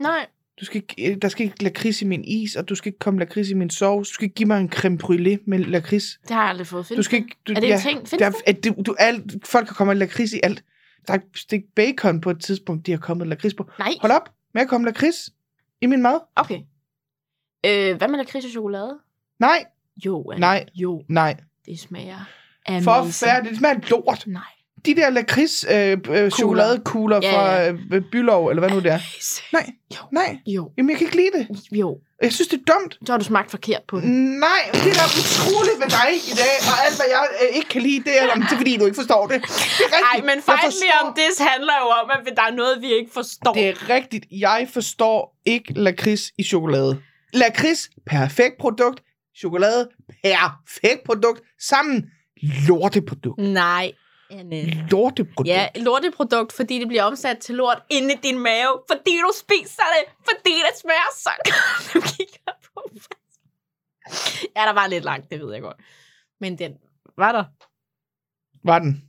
[SPEAKER 2] nej.
[SPEAKER 3] Du skal ikke, øh, der skal ikke lakrids i min is, og du skal ikke komme lakrids i min sovs. Du skal ikke give mig en creme brûlée med lakrids.
[SPEAKER 2] Det har jeg aldrig fået. Findes
[SPEAKER 3] Du skal
[SPEAKER 2] det?
[SPEAKER 3] ikke... Du,
[SPEAKER 2] Er det en ting? Findes
[SPEAKER 3] der, at du, du, alt, folk har kommet lakrids i alt. Der er et stik bacon på et tidspunkt, de har kommet lakrids på.
[SPEAKER 2] Nej.
[SPEAKER 3] Hold op med at komme lakrids i min mad.
[SPEAKER 2] Okay. Øh, hvad med lakrids og chokolade?
[SPEAKER 3] Nej,
[SPEAKER 2] Jo, Anna.
[SPEAKER 3] Nej.
[SPEAKER 2] Jo,
[SPEAKER 3] nej.
[SPEAKER 2] det smager amazing.
[SPEAKER 3] Forfærdeligt. Det smager af lort.
[SPEAKER 2] Nej.
[SPEAKER 3] De der lakrids øh, øh, chokoladekugler
[SPEAKER 2] Ja,
[SPEAKER 3] fra øh, Bylov, eller hvad nu det er. Nej, nej.
[SPEAKER 2] Jo,
[SPEAKER 3] Jamen, jeg kan ikke lide det.
[SPEAKER 2] jo.
[SPEAKER 3] Jeg synes, det er dumt.
[SPEAKER 2] Så har du smagt forkert på den.
[SPEAKER 3] Nej, det er da utroligt ved dig i dag, og alt, hvad jeg øh, ikke kan lide, det er, jamen, det er, fordi du ikke forstår det. det er
[SPEAKER 2] Nej,
[SPEAKER 3] rigtigt.
[SPEAKER 2] men
[SPEAKER 3] Jeg
[SPEAKER 2] fejlen
[SPEAKER 3] forstår-
[SPEAKER 2] om det handler jo om, at der er noget, vi ikke forstår.
[SPEAKER 3] Det er rigtigt. Jeg forstår ikke lakrids i chokolade. Lakrids, perfekt produkt. Chokolade, perfekt produkt. Sammen, lorteprodukt.
[SPEAKER 2] Nej, Anne.
[SPEAKER 3] Lorteprodukt.
[SPEAKER 2] Ja, lorteprodukt, fordi det bliver omsat til lort inde i din mave, fordi du spiser det, fordi det smager så godt. Nu kigger jeg på mig. Ja, der var lidt langt, det ved jeg godt. Men den var der.
[SPEAKER 3] Var den?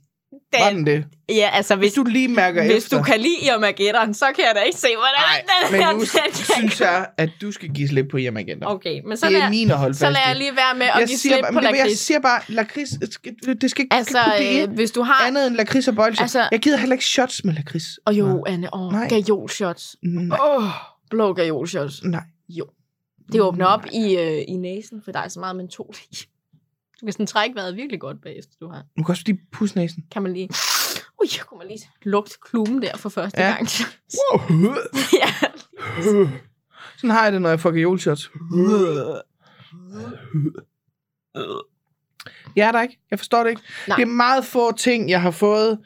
[SPEAKER 3] Var den det?
[SPEAKER 2] Ja, altså hvis,
[SPEAKER 3] Hvis du lige mærker
[SPEAKER 2] hvis
[SPEAKER 3] efter.
[SPEAKER 2] du kan lide Armageddon, så kan jeg da ikke se, hvordan
[SPEAKER 3] Nej,
[SPEAKER 2] den
[SPEAKER 3] men
[SPEAKER 2] her-
[SPEAKER 3] nu
[SPEAKER 2] den kan-
[SPEAKER 3] synes jeg, at du skal give slip på hjem igen.
[SPEAKER 2] Okay, men så
[SPEAKER 3] det er
[SPEAKER 2] lad,
[SPEAKER 3] min at holde
[SPEAKER 2] så
[SPEAKER 3] fast
[SPEAKER 2] lad
[SPEAKER 3] i.
[SPEAKER 2] jeg lige være med at
[SPEAKER 3] jeg
[SPEAKER 2] give
[SPEAKER 3] siger,
[SPEAKER 2] slip
[SPEAKER 3] bare,
[SPEAKER 2] på
[SPEAKER 3] men det- jeg
[SPEAKER 2] lakrids.
[SPEAKER 3] siger bare, lakrids, det skal- det skal ikke
[SPEAKER 2] Altså,
[SPEAKER 3] kunne blive
[SPEAKER 2] øh, hvis du har...
[SPEAKER 3] andet end lakrids og bolsje.
[SPEAKER 2] Altså-
[SPEAKER 3] jeg gider heller ikke shots med lakrids.
[SPEAKER 2] Og jo, Anne, åh,
[SPEAKER 3] Nej. Mm,
[SPEAKER 2] gajolshots.
[SPEAKER 3] Nej,
[SPEAKER 2] Åh, blå gajolshots.
[SPEAKER 3] nej.
[SPEAKER 2] Jo. Det åbner op i, øh, i næsen, for der er så meget mentol i. Du kan sådan trække vejret virkelig godt bagefter, du har.
[SPEAKER 3] Du kan også lige pusse næsen.
[SPEAKER 2] Kan man lige... Ui, jeg kunne man lige lugte klumen der for første
[SPEAKER 3] Ja.
[SPEAKER 2] ja. gang.
[SPEAKER 3] Wow.
[SPEAKER 2] ja.
[SPEAKER 3] Sådan har jeg det, når jeg får gajolshots. Jeg er der ikke. Jeg forstår det ikke.
[SPEAKER 2] Nej.
[SPEAKER 3] Det er meget få ting, jeg har fået,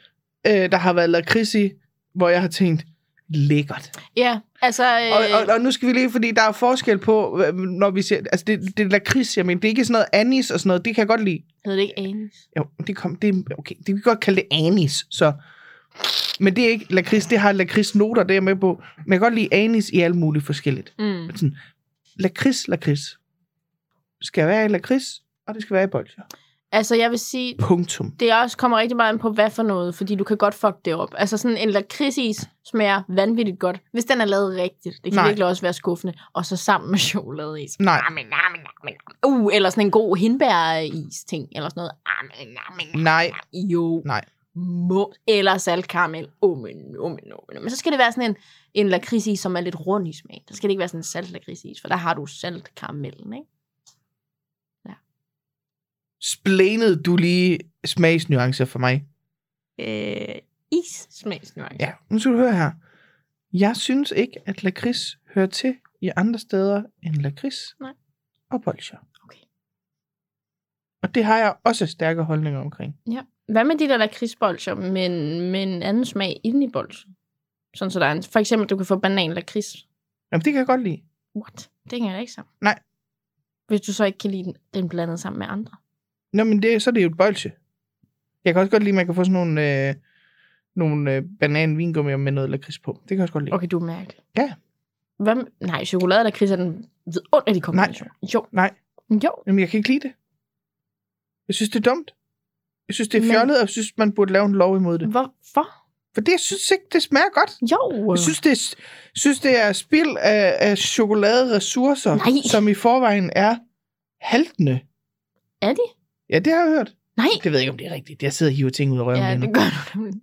[SPEAKER 3] øh, der har været lakrids i, hvor jeg har tænkt, lækkert.
[SPEAKER 2] ja, altså... Øh,
[SPEAKER 3] Og, og, og nu skal vi lige, fordi der er forskel på, øh, når vi siger, altså det, det er lakrids, jeg mener, det er ikke sådan noget anis og sådan noget, det kan jeg godt lide.
[SPEAKER 2] Hedder det ikke anis?
[SPEAKER 3] Jo, det kom, det, er- okay, det kan vi godt kalde det anis, så. Men det er ikke lakrids, det har lakridsnoter, det er jeg med på. Men jeg kan godt lide anis i alt muligt forskelligt.
[SPEAKER 2] Mm.
[SPEAKER 3] Sådan, lakrids, lakrids. Skal være i lakrids, og det skal være i bolcher.
[SPEAKER 2] Altså, jeg vil sige,
[SPEAKER 3] Punktum.
[SPEAKER 2] det også kommer rigtig meget an på, hvad for noget, fordi du kan godt fuck det op. Altså sådan en lakridsis smager vanvittigt godt, hvis den er lavet rigtigt. Det kan
[SPEAKER 3] Nej.
[SPEAKER 2] Nej. virkelig også være skuffende. Og så sammen med chokoladeis.
[SPEAKER 3] Nej,
[SPEAKER 2] Amen, amen, amen. Uh, eller sådan en god hindbæris-ting, eller sådan noget. Amen, amen.
[SPEAKER 3] nej,
[SPEAKER 2] Jo.
[SPEAKER 3] Nej.
[SPEAKER 2] Må, eller saltkaramel. Amen, amen, amen. Men så skal det være sådan en, en lakridsis, som er lidt rund i smagen. Der skal det ikke være sådan en saltlakridsis, for der har du saltkaramellen, ikke?
[SPEAKER 3] splænede du lige smagsnuancer for mig.
[SPEAKER 2] Øh, is smagsnuance.
[SPEAKER 3] Ja, nu skal du høre her. Jeg synes ikke, at lakrids hører til i andre steder end lakrids
[SPEAKER 2] Nej.
[SPEAKER 3] og bolcher.
[SPEAKER 2] Okay.
[SPEAKER 3] Og det har jeg også stærke holdninger omkring.
[SPEAKER 2] Hvad med de der lakridsbolcher, men med en anden smag inde i bolchen? Sådan så der er en, for eksempel, du kan få banan lakrids.
[SPEAKER 3] Jamen, det kan jeg godt lide.
[SPEAKER 2] What? Det hænger da ikke sammen.
[SPEAKER 3] Nej.
[SPEAKER 2] Hvis du så ikke kan lide den, den blandet sammen med andre.
[SPEAKER 3] Nå, men det, så er det jo et bolsje. Jeg kan også godt lide, at man kan få sådan nogle, øh, nogle øh, banan-vingummier med noget lakrids på. Det kan jeg også godt lide.
[SPEAKER 2] Okay, du er mærkelig.
[SPEAKER 3] Ja.
[SPEAKER 2] Hvad med, nej, chokolade lakrids er den vidunderlige kombination. Nej. Jo.
[SPEAKER 3] Nej.
[SPEAKER 2] Jo.
[SPEAKER 3] Jamen, jeg kan ikke lide det. Jeg synes, det er dumt. Jeg synes, det er
[SPEAKER 2] Men-
[SPEAKER 3] fjollet, og jeg synes, man burde lave en lov imod det.
[SPEAKER 2] Hvorfor?
[SPEAKER 3] For det, jeg synes ikke, det smager godt.
[SPEAKER 2] Jo.
[SPEAKER 3] Jeg synes, det er, synes, det er spild af, af chokoladeressourcer,
[SPEAKER 2] Nej.
[SPEAKER 3] som i forvejen er haltende.
[SPEAKER 2] Er de?
[SPEAKER 3] Ja, det har jeg hørt.
[SPEAKER 2] Nej.
[SPEAKER 3] Det ved jeg ikke, om det er rigtigt. Jeg sidder og hiver ting ud af røven.
[SPEAKER 2] Ja,
[SPEAKER 3] lige nu.
[SPEAKER 2] det gør du nemlig.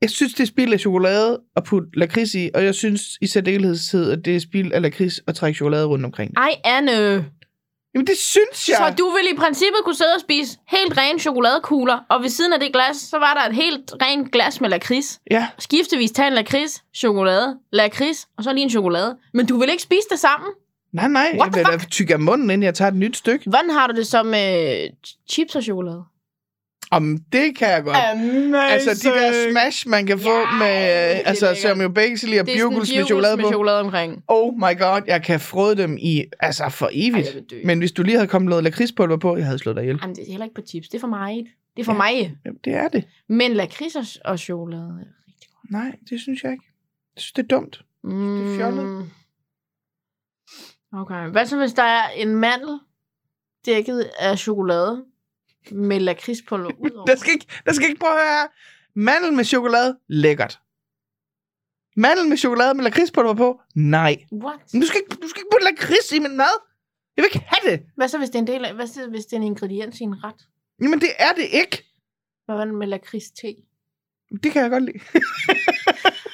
[SPEAKER 3] Jeg synes, det er spild af chokolade at putte lakrids i, og jeg synes i særdeleshed, at det er spild af lakrids at trække chokolade rundt omkring. det.
[SPEAKER 2] Ej, Anne.
[SPEAKER 3] Jamen, det synes jeg!
[SPEAKER 2] Så du vil i princippet kunne sidde og spise helt rene chokoladekugler, og ved siden af det glas, så var der et helt rent glas med lakrids.
[SPEAKER 3] Ja,
[SPEAKER 2] skiftevis tage en lakrids, chokolade, lakrids, og så lige en chokolade. Men du vil ikke spise det sammen?
[SPEAKER 3] nej, nej.
[SPEAKER 2] What the
[SPEAKER 3] jeg vil da tykke af munden, inden jeg tager et nyt stykke.
[SPEAKER 2] Hvordan har du det så med ch- chips og chokolade?
[SPEAKER 3] Om det kan jeg godt.
[SPEAKER 2] Amazing.
[SPEAKER 3] altså, de der smash, man kan få
[SPEAKER 2] Ja,
[SPEAKER 3] med...
[SPEAKER 2] det er
[SPEAKER 3] altså,
[SPEAKER 2] lækkert.
[SPEAKER 3] som jo begge
[SPEAKER 2] det
[SPEAKER 3] lige har
[SPEAKER 2] er sådan
[SPEAKER 3] bioguls med chokolade
[SPEAKER 2] med
[SPEAKER 3] på.
[SPEAKER 2] chokolade omkring.
[SPEAKER 3] Oh my god, jeg kan frode dem i... Altså, for evigt.
[SPEAKER 2] Ej, jeg vil dø.
[SPEAKER 3] Men hvis du lige havde kommet noget lakridspulver på, jeg havde slået dig ihjel.
[SPEAKER 2] Jamen, det er heller ikke på chips. Det er for mig. Det er for
[SPEAKER 3] Ja.
[SPEAKER 2] ja. mig.
[SPEAKER 3] Jamen, det er det.
[SPEAKER 2] Men lakrids og, og chokolade er rigtig godt.
[SPEAKER 3] Nej, det synes jeg ikke. Jeg synes, det er dumt.
[SPEAKER 2] Mm.
[SPEAKER 3] er fjollet.
[SPEAKER 2] Okay. Hvad så, hvis der er en mandel dækket af chokolade med lakridspulver ud over?
[SPEAKER 3] Der skal ikke, der skal ikke prøve at høre her. Mandel med chokolade, lækkert. Mandel med chokolade med lakridspulver på? Nej.
[SPEAKER 2] What?
[SPEAKER 3] Men du skal ikke, du skal ikke putte lakrids i min mad. Jeg vil ikke have det.
[SPEAKER 2] Hvad så, hvis det er en, del af, hvad så, hvis det er en ingrediens i en ret?
[SPEAKER 3] Jamen, det er det ikke.
[SPEAKER 2] Hvad var den med lakrids-te?
[SPEAKER 3] Det kan jeg godt lide.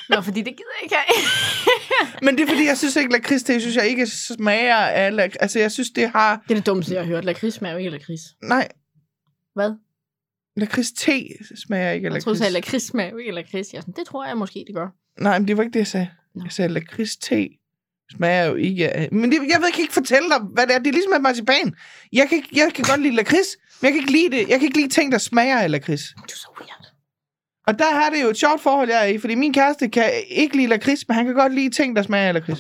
[SPEAKER 2] Nå, fordi det gider jeg ikke have.
[SPEAKER 3] Men det er, fordi jeg synes ikke, lakrids, det synes jeg ikke smager af lak... Altså, jeg synes, det har...
[SPEAKER 2] det er det dummeste, jeg har hørt. Lakrids smager jo ikke af lakrids.
[SPEAKER 3] Nej,
[SPEAKER 2] Hvad?
[SPEAKER 3] lakrids te smager ikke af
[SPEAKER 2] Jeg troede, du
[SPEAKER 3] lakrids.
[SPEAKER 2] sagde, lakrids smager jo ikke af lakrids. Jeg er sådan, det tror jeg måske, det gør.
[SPEAKER 3] Nej, men det var ikke det, jeg sagde.
[SPEAKER 2] Nå.
[SPEAKER 3] Jeg sagde, lakrids te smager jo ikke af... Men det, jeg ved, jeg kan ikke fortælle dig, hvad det er. Det er ligesom med marcipan. Jeg kan, ikke- jeg kan godt lide lakrids, men jeg kan ikke lide det. Jeg kan ikke lide ting, der smager af lakrids.
[SPEAKER 2] Du er så weird.
[SPEAKER 3] Og der har det jo et sjovt forhold, jeg er i, fordi min kæreste kan ikke lide lakrids, men han kan godt lide ting, der smager af lakrids.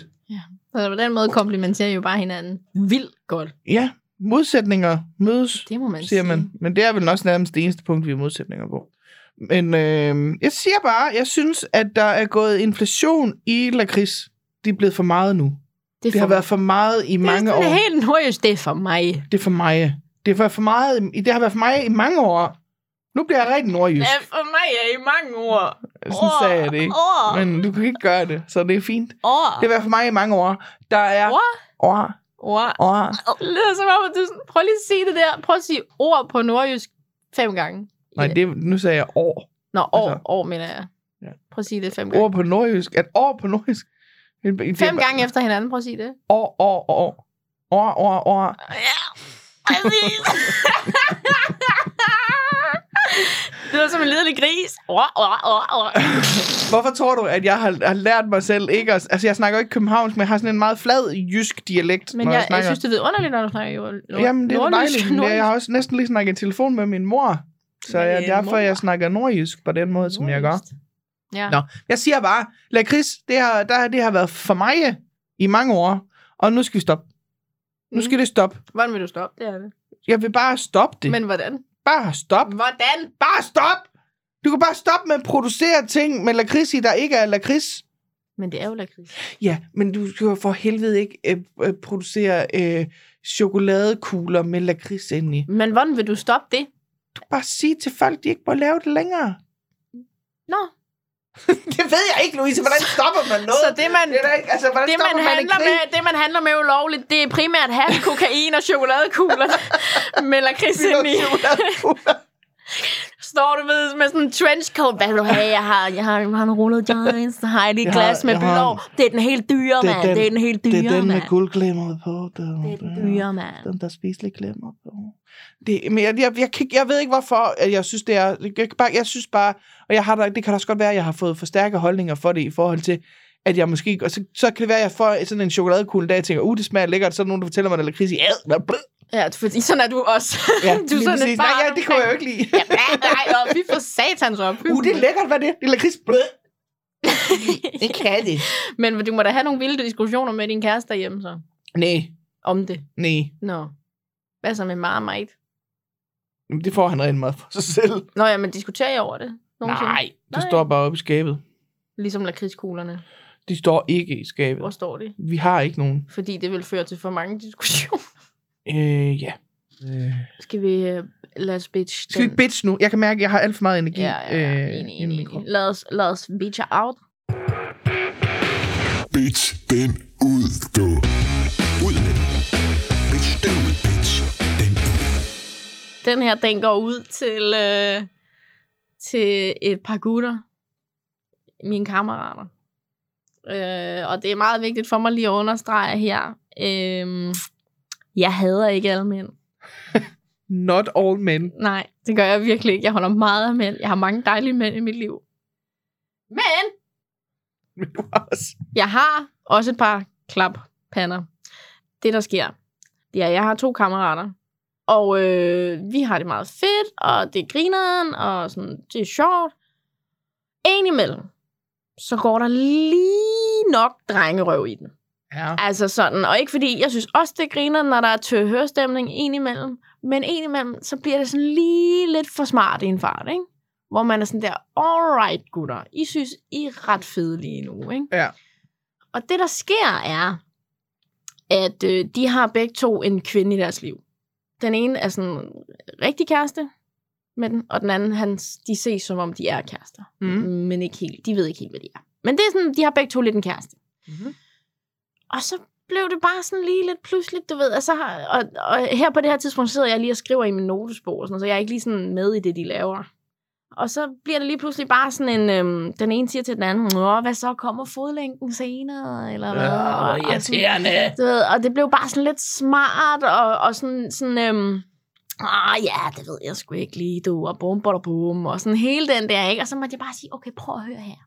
[SPEAKER 2] Så på den måde komplimenterer I jo bare hinanden. Vildt godt.
[SPEAKER 3] Ja, modsætninger mødes,
[SPEAKER 2] Det må man
[SPEAKER 3] siger
[SPEAKER 2] sige.
[SPEAKER 3] man. Men det er vel også nærmest det eneste punkt, vi har modsætninger på. Men øh, jeg siger bare, jeg synes, at der er gået inflation i lakrids. Det er blevet for meget nu.
[SPEAKER 2] Det, er
[SPEAKER 3] Det har
[SPEAKER 2] for-
[SPEAKER 3] været for meget i mange
[SPEAKER 2] det er
[SPEAKER 3] år.
[SPEAKER 2] sådan helt nordjysk, det er for mig.
[SPEAKER 3] Det er for mig. Det har været for meget, i- det har været for mig i mange år. Nu bliver jeg rigtig nordjysk. Altså,
[SPEAKER 2] er for mig er i mange ord.
[SPEAKER 3] Sådan sagde jeg det ikke.
[SPEAKER 2] Åh,
[SPEAKER 3] Men du kan ikke gøre det, så det er fint.
[SPEAKER 2] åh,
[SPEAKER 3] Det har været for mig i mange år. Der er...
[SPEAKER 2] åh,
[SPEAKER 3] År,
[SPEAKER 2] åh.
[SPEAKER 3] år.
[SPEAKER 2] Det lyder som om, at du sådan, prøv lige at sige det der. Prøv at sige ord på nordjysk fem gange.
[SPEAKER 3] Nej,
[SPEAKER 2] Ja.
[SPEAKER 3] det, nu sagde jeg år.
[SPEAKER 2] Nå, år,
[SPEAKER 3] altså-
[SPEAKER 2] år, mener jeg.
[SPEAKER 3] Ja.
[SPEAKER 2] Prøv at sige det fem gange.
[SPEAKER 3] Ord på nordjysk. At år på nordjysk. Det er
[SPEAKER 2] Fem
[SPEAKER 3] bare-
[SPEAKER 2] gange efter hinanden, prøv at sige det.
[SPEAKER 3] År, år, år. År, år, år.
[SPEAKER 2] Ja, præcis. det var som en lille gris. Åh, åh, åh, åh.
[SPEAKER 3] Hvorfor tror du, at jeg har, har lært mig selv ikke at... Altså, jeg snakker jo ikke københavnsk, men jeg har sådan en meget flad jysk dialekt,
[SPEAKER 2] Men
[SPEAKER 3] når
[SPEAKER 2] jeg, jeg
[SPEAKER 3] snakker.
[SPEAKER 2] synes, det er underligt, når du snakker jo nord-
[SPEAKER 3] Jamen, det er
[SPEAKER 2] nordjysk.
[SPEAKER 3] dejligt. men Jeg har også næsten lige snakket i telefon med min mor. Så
[SPEAKER 2] Med
[SPEAKER 3] jeg,
[SPEAKER 2] din
[SPEAKER 3] derfor jeg
[SPEAKER 2] mor.
[SPEAKER 3] snakker nordjysk på den måde, som jeg gør.
[SPEAKER 2] Nordjysk. Ja.
[SPEAKER 3] Nå. Jeg siger bare, lakrids, det har, der, det har været for mig i mange år, og nu skal vi stoppe. Nu
[SPEAKER 2] Mm.
[SPEAKER 3] skal det stoppe.
[SPEAKER 2] Hvordan vil du stoppe? Det er det.
[SPEAKER 3] Jeg vil bare stoppe det.
[SPEAKER 2] Men hvordan?
[SPEAKER 3] Bare stop.
[SPEAKER 2] Hvordan?
[SPEAKER 3] Bare stop! Du kan bare stoppe med at producere ting med lakrids i, der ikke er lakrids.
[SPEAKER 2] Men det er jo lakrids.
[SPEAKER 3] Ja, men du skal jo for helvede ikke øh, øh, producere øh, chokoladekugler med lakrids indeni.
[SPEAKER 2] Men hvordan vil du stoppe det?
[SPEAKER 3] Du kan bare sige til folk, de ikke må lave det længere.
[SPEAKER 2] Nå.
[SPEAKER 3] det ved jeg ikke, Louise. Hvordan stopper man noget?
[SPEAKER 2] Så det, man,
[SPEAKER 3] det er da ikke, altså, hvordan
[SPEAKER 2] det, man
[SPEAKER 3] stopper man en
[SPEAKER 2] handler
[SPEAKER 3] krig?
[SPEAKER 2] med, det, man handler med ulovligt, det er primært hash, kokain og chokoladekugler med lakrids
[SPEAKER 3] Vi laver
[SPEAKER 2] ind i.
[SPEAKER 3] chokoladekugler.
[SPEAKER 2] Står du ved, med sådan en trenchcoat. Hvad vil du have? Jeg har, jeg har, jeg har en rullet joints. Så har jeg lige et
[SPEAKER 3] Jeg har-
[SPEAKER 2] glas med
[SPEAKER 3] jeg har-
[SPEAKER 2] blå. Det er den helt dyre,
[SPEAKER 3] Det er
[SPEAKER 2] mand.
[SPEAKER 3] den-
[SPEAKER 2] Det er den helt
[SPEAKER 3] Det er
[SPEAKER 2] dyre,
[SPEAKER 3] den med
[SPEAKER 2] mand.
[SPEAKER 3] guldglimmeret på. Der,
[SPEAKER 2] Det er den dyre, mand.
[SPEAKER 3] Den, der spiser lidt glimmer på. Det, men jeg, jeg, jeg, kan ikke- jeg ved ikke, hvorfor at jeg synes, det er... Jeg, kan bare, jeg synes bare... Og jeg har da, det kan da også godt være, at jeg har fået for stærke holdninger for det i forhold til at jeg måske... Og så, så kan det være, at jeg får sådan en chokoladekugle en dag, og tænker, uh, det smager lækkert, så er der nogen, der fortæller mig, at der er lakrids i. Ja, hvad blød.
[SPEAKER 2] Ja, fordi sådan er du også.
[SPEAKER 3] Ja,
[SPEAKER 2] du er
[SPEAKER 3] lige
[SPEAKER 2] sådan
[SPEAKER 3] præcis.
[SPEAKER 2] et barn.
[SPEAKER 3] Nej, ja, det kunne jeg jo ikke lide.
[SPEAKER 2] Ja, nej, og vi får satans op.
[SPEAKER 3] Uh, det er lækkert, hvad er det? Det er lakrids. Blød. Det kan det.
[SPEAKER 2] Men du må da have nogle vilde diskussioner med din kæreste derhjemme, så.
[SPEAKER 3] Nej,
[SPEAKER 2] Om det.
[SPEAKER 3] nej.
[SPEAKER 2] Nå. Hvad så med marmite?
[SPEAKER 3] Jamen, Det får han rent meget for sig selv.
[SPEAKER 2] Nå ja, men diskuterer I over det? Nogensinde?
[SPEAKER 3] Nej, det
[SPEAKER 2] Nej.
[SPEAKER 3] står bare oppe i skabet.
[SPEAKER 2] Ligesom lakridskuglerne.
[SPEAKER 3] De står ikke i skabet.
[SPEAKER 2] Hvor står det?
[SPEAKER 3] Vi har ikke nogen.
[SPEAKER 2] Fordi det vil føre til for mange diskussioner.
[SPEAKER 3] Øh, ja. Øh.
[SPEAKER 2] Skal vi uh, lade os bitch
[SPEAKER 3] Skal vi ikke bitch nu? Jeg kan mærke, at jeg har alt for meget energi.
[SPEAKER 2] Ja, ja, ja.
[SPEAKER 3] øh,
[SPEAKER 2] Enig,
[SPEAKER 3] i min
[SPEAKER 2] enig,
[SPEAKER 3] krop.
[SPEAKER 2] enig. Lad os, lad os bitch out.
[SPEAKER 1] Bitch den ud, du. Ud med den. Bitch den ud, bitch. Den ud.
[SPEAKER 2] Den her, den går ud til, øh, til et par gutter. Mine kammerater. Øh, og det er meget vigtigt for mig lige at understrege her. Øh, jeg hader ikke alle mænd.
[SPEAKER 3] Not all men.
[SPEAKER 2] Nej, det gør jeg virkelig ikke. Jeg holder meget af mænd. Jeg har mange dejlige mænd i mit liv. Men
[SPEAKER 3] Men du har også-
[SPEAKER 2] jeg har også et par klappander. Det, der sker, det er, at jeg har to kammerater. Og øh, vi har det meget fedt, og det er grineren, og sådan, det er sjovt. En imellem, så går der lige nok drengerøv i den.
[SPEAKER 3] Ja.
[SPEAKER 2] Altså sådan, og ikke fordi, jeg synes også, det griner, når der er tør hørestemning en imellem, men en imellem, så bliver det sådan lige lidt for smart i en fart, ikke? Hvor man er sådan der, alright gutter, I synes, I er ret fede lige nu, ikke?
[SPEAKER 3] Ja.
[SPEAKER 2] Og det, der sker, er, at øh, de har begge to en kvinde i deres liv. Den ene er sådan rigtig kæreste med den, og den anden, han, de ses som om, de er kærester
[SPEAKER 3] Mm.
[SPEAKER 2] mm. men ikke helt. De ved ikke helt, hvad de er. Men det er sådan, de har begge to lidt en kæreste. Og så blev det bare sådan lige lidt pludseligt, du ved. Og, så har, og, og her på det her tidspunkt sidder jeg lige og skriver i min notesbog, og sådan, noget, så jeg er ikke lige sådan med i det, de laver. Og så bliver det lige pludselig bare sådan en, øhm, den ene siger til den anden, Nå, hvad så, kommer fodlænken senere, eller hvad?
[SPEAKER 3] Åh,
[SPEAKER 2] og, og sådan-
[SPEAKER 3] irriterende.
[SPEAKER 2] du ved, og det blev bare sådan lidt smart, og, og sådan, sådan øhm, ah ja, det ved jeg sgu ikke lige, du, og bum, bada, bum, og sådan hele den der, ikke? Og så måtte jeg bare sige, okay, prøv at høre her.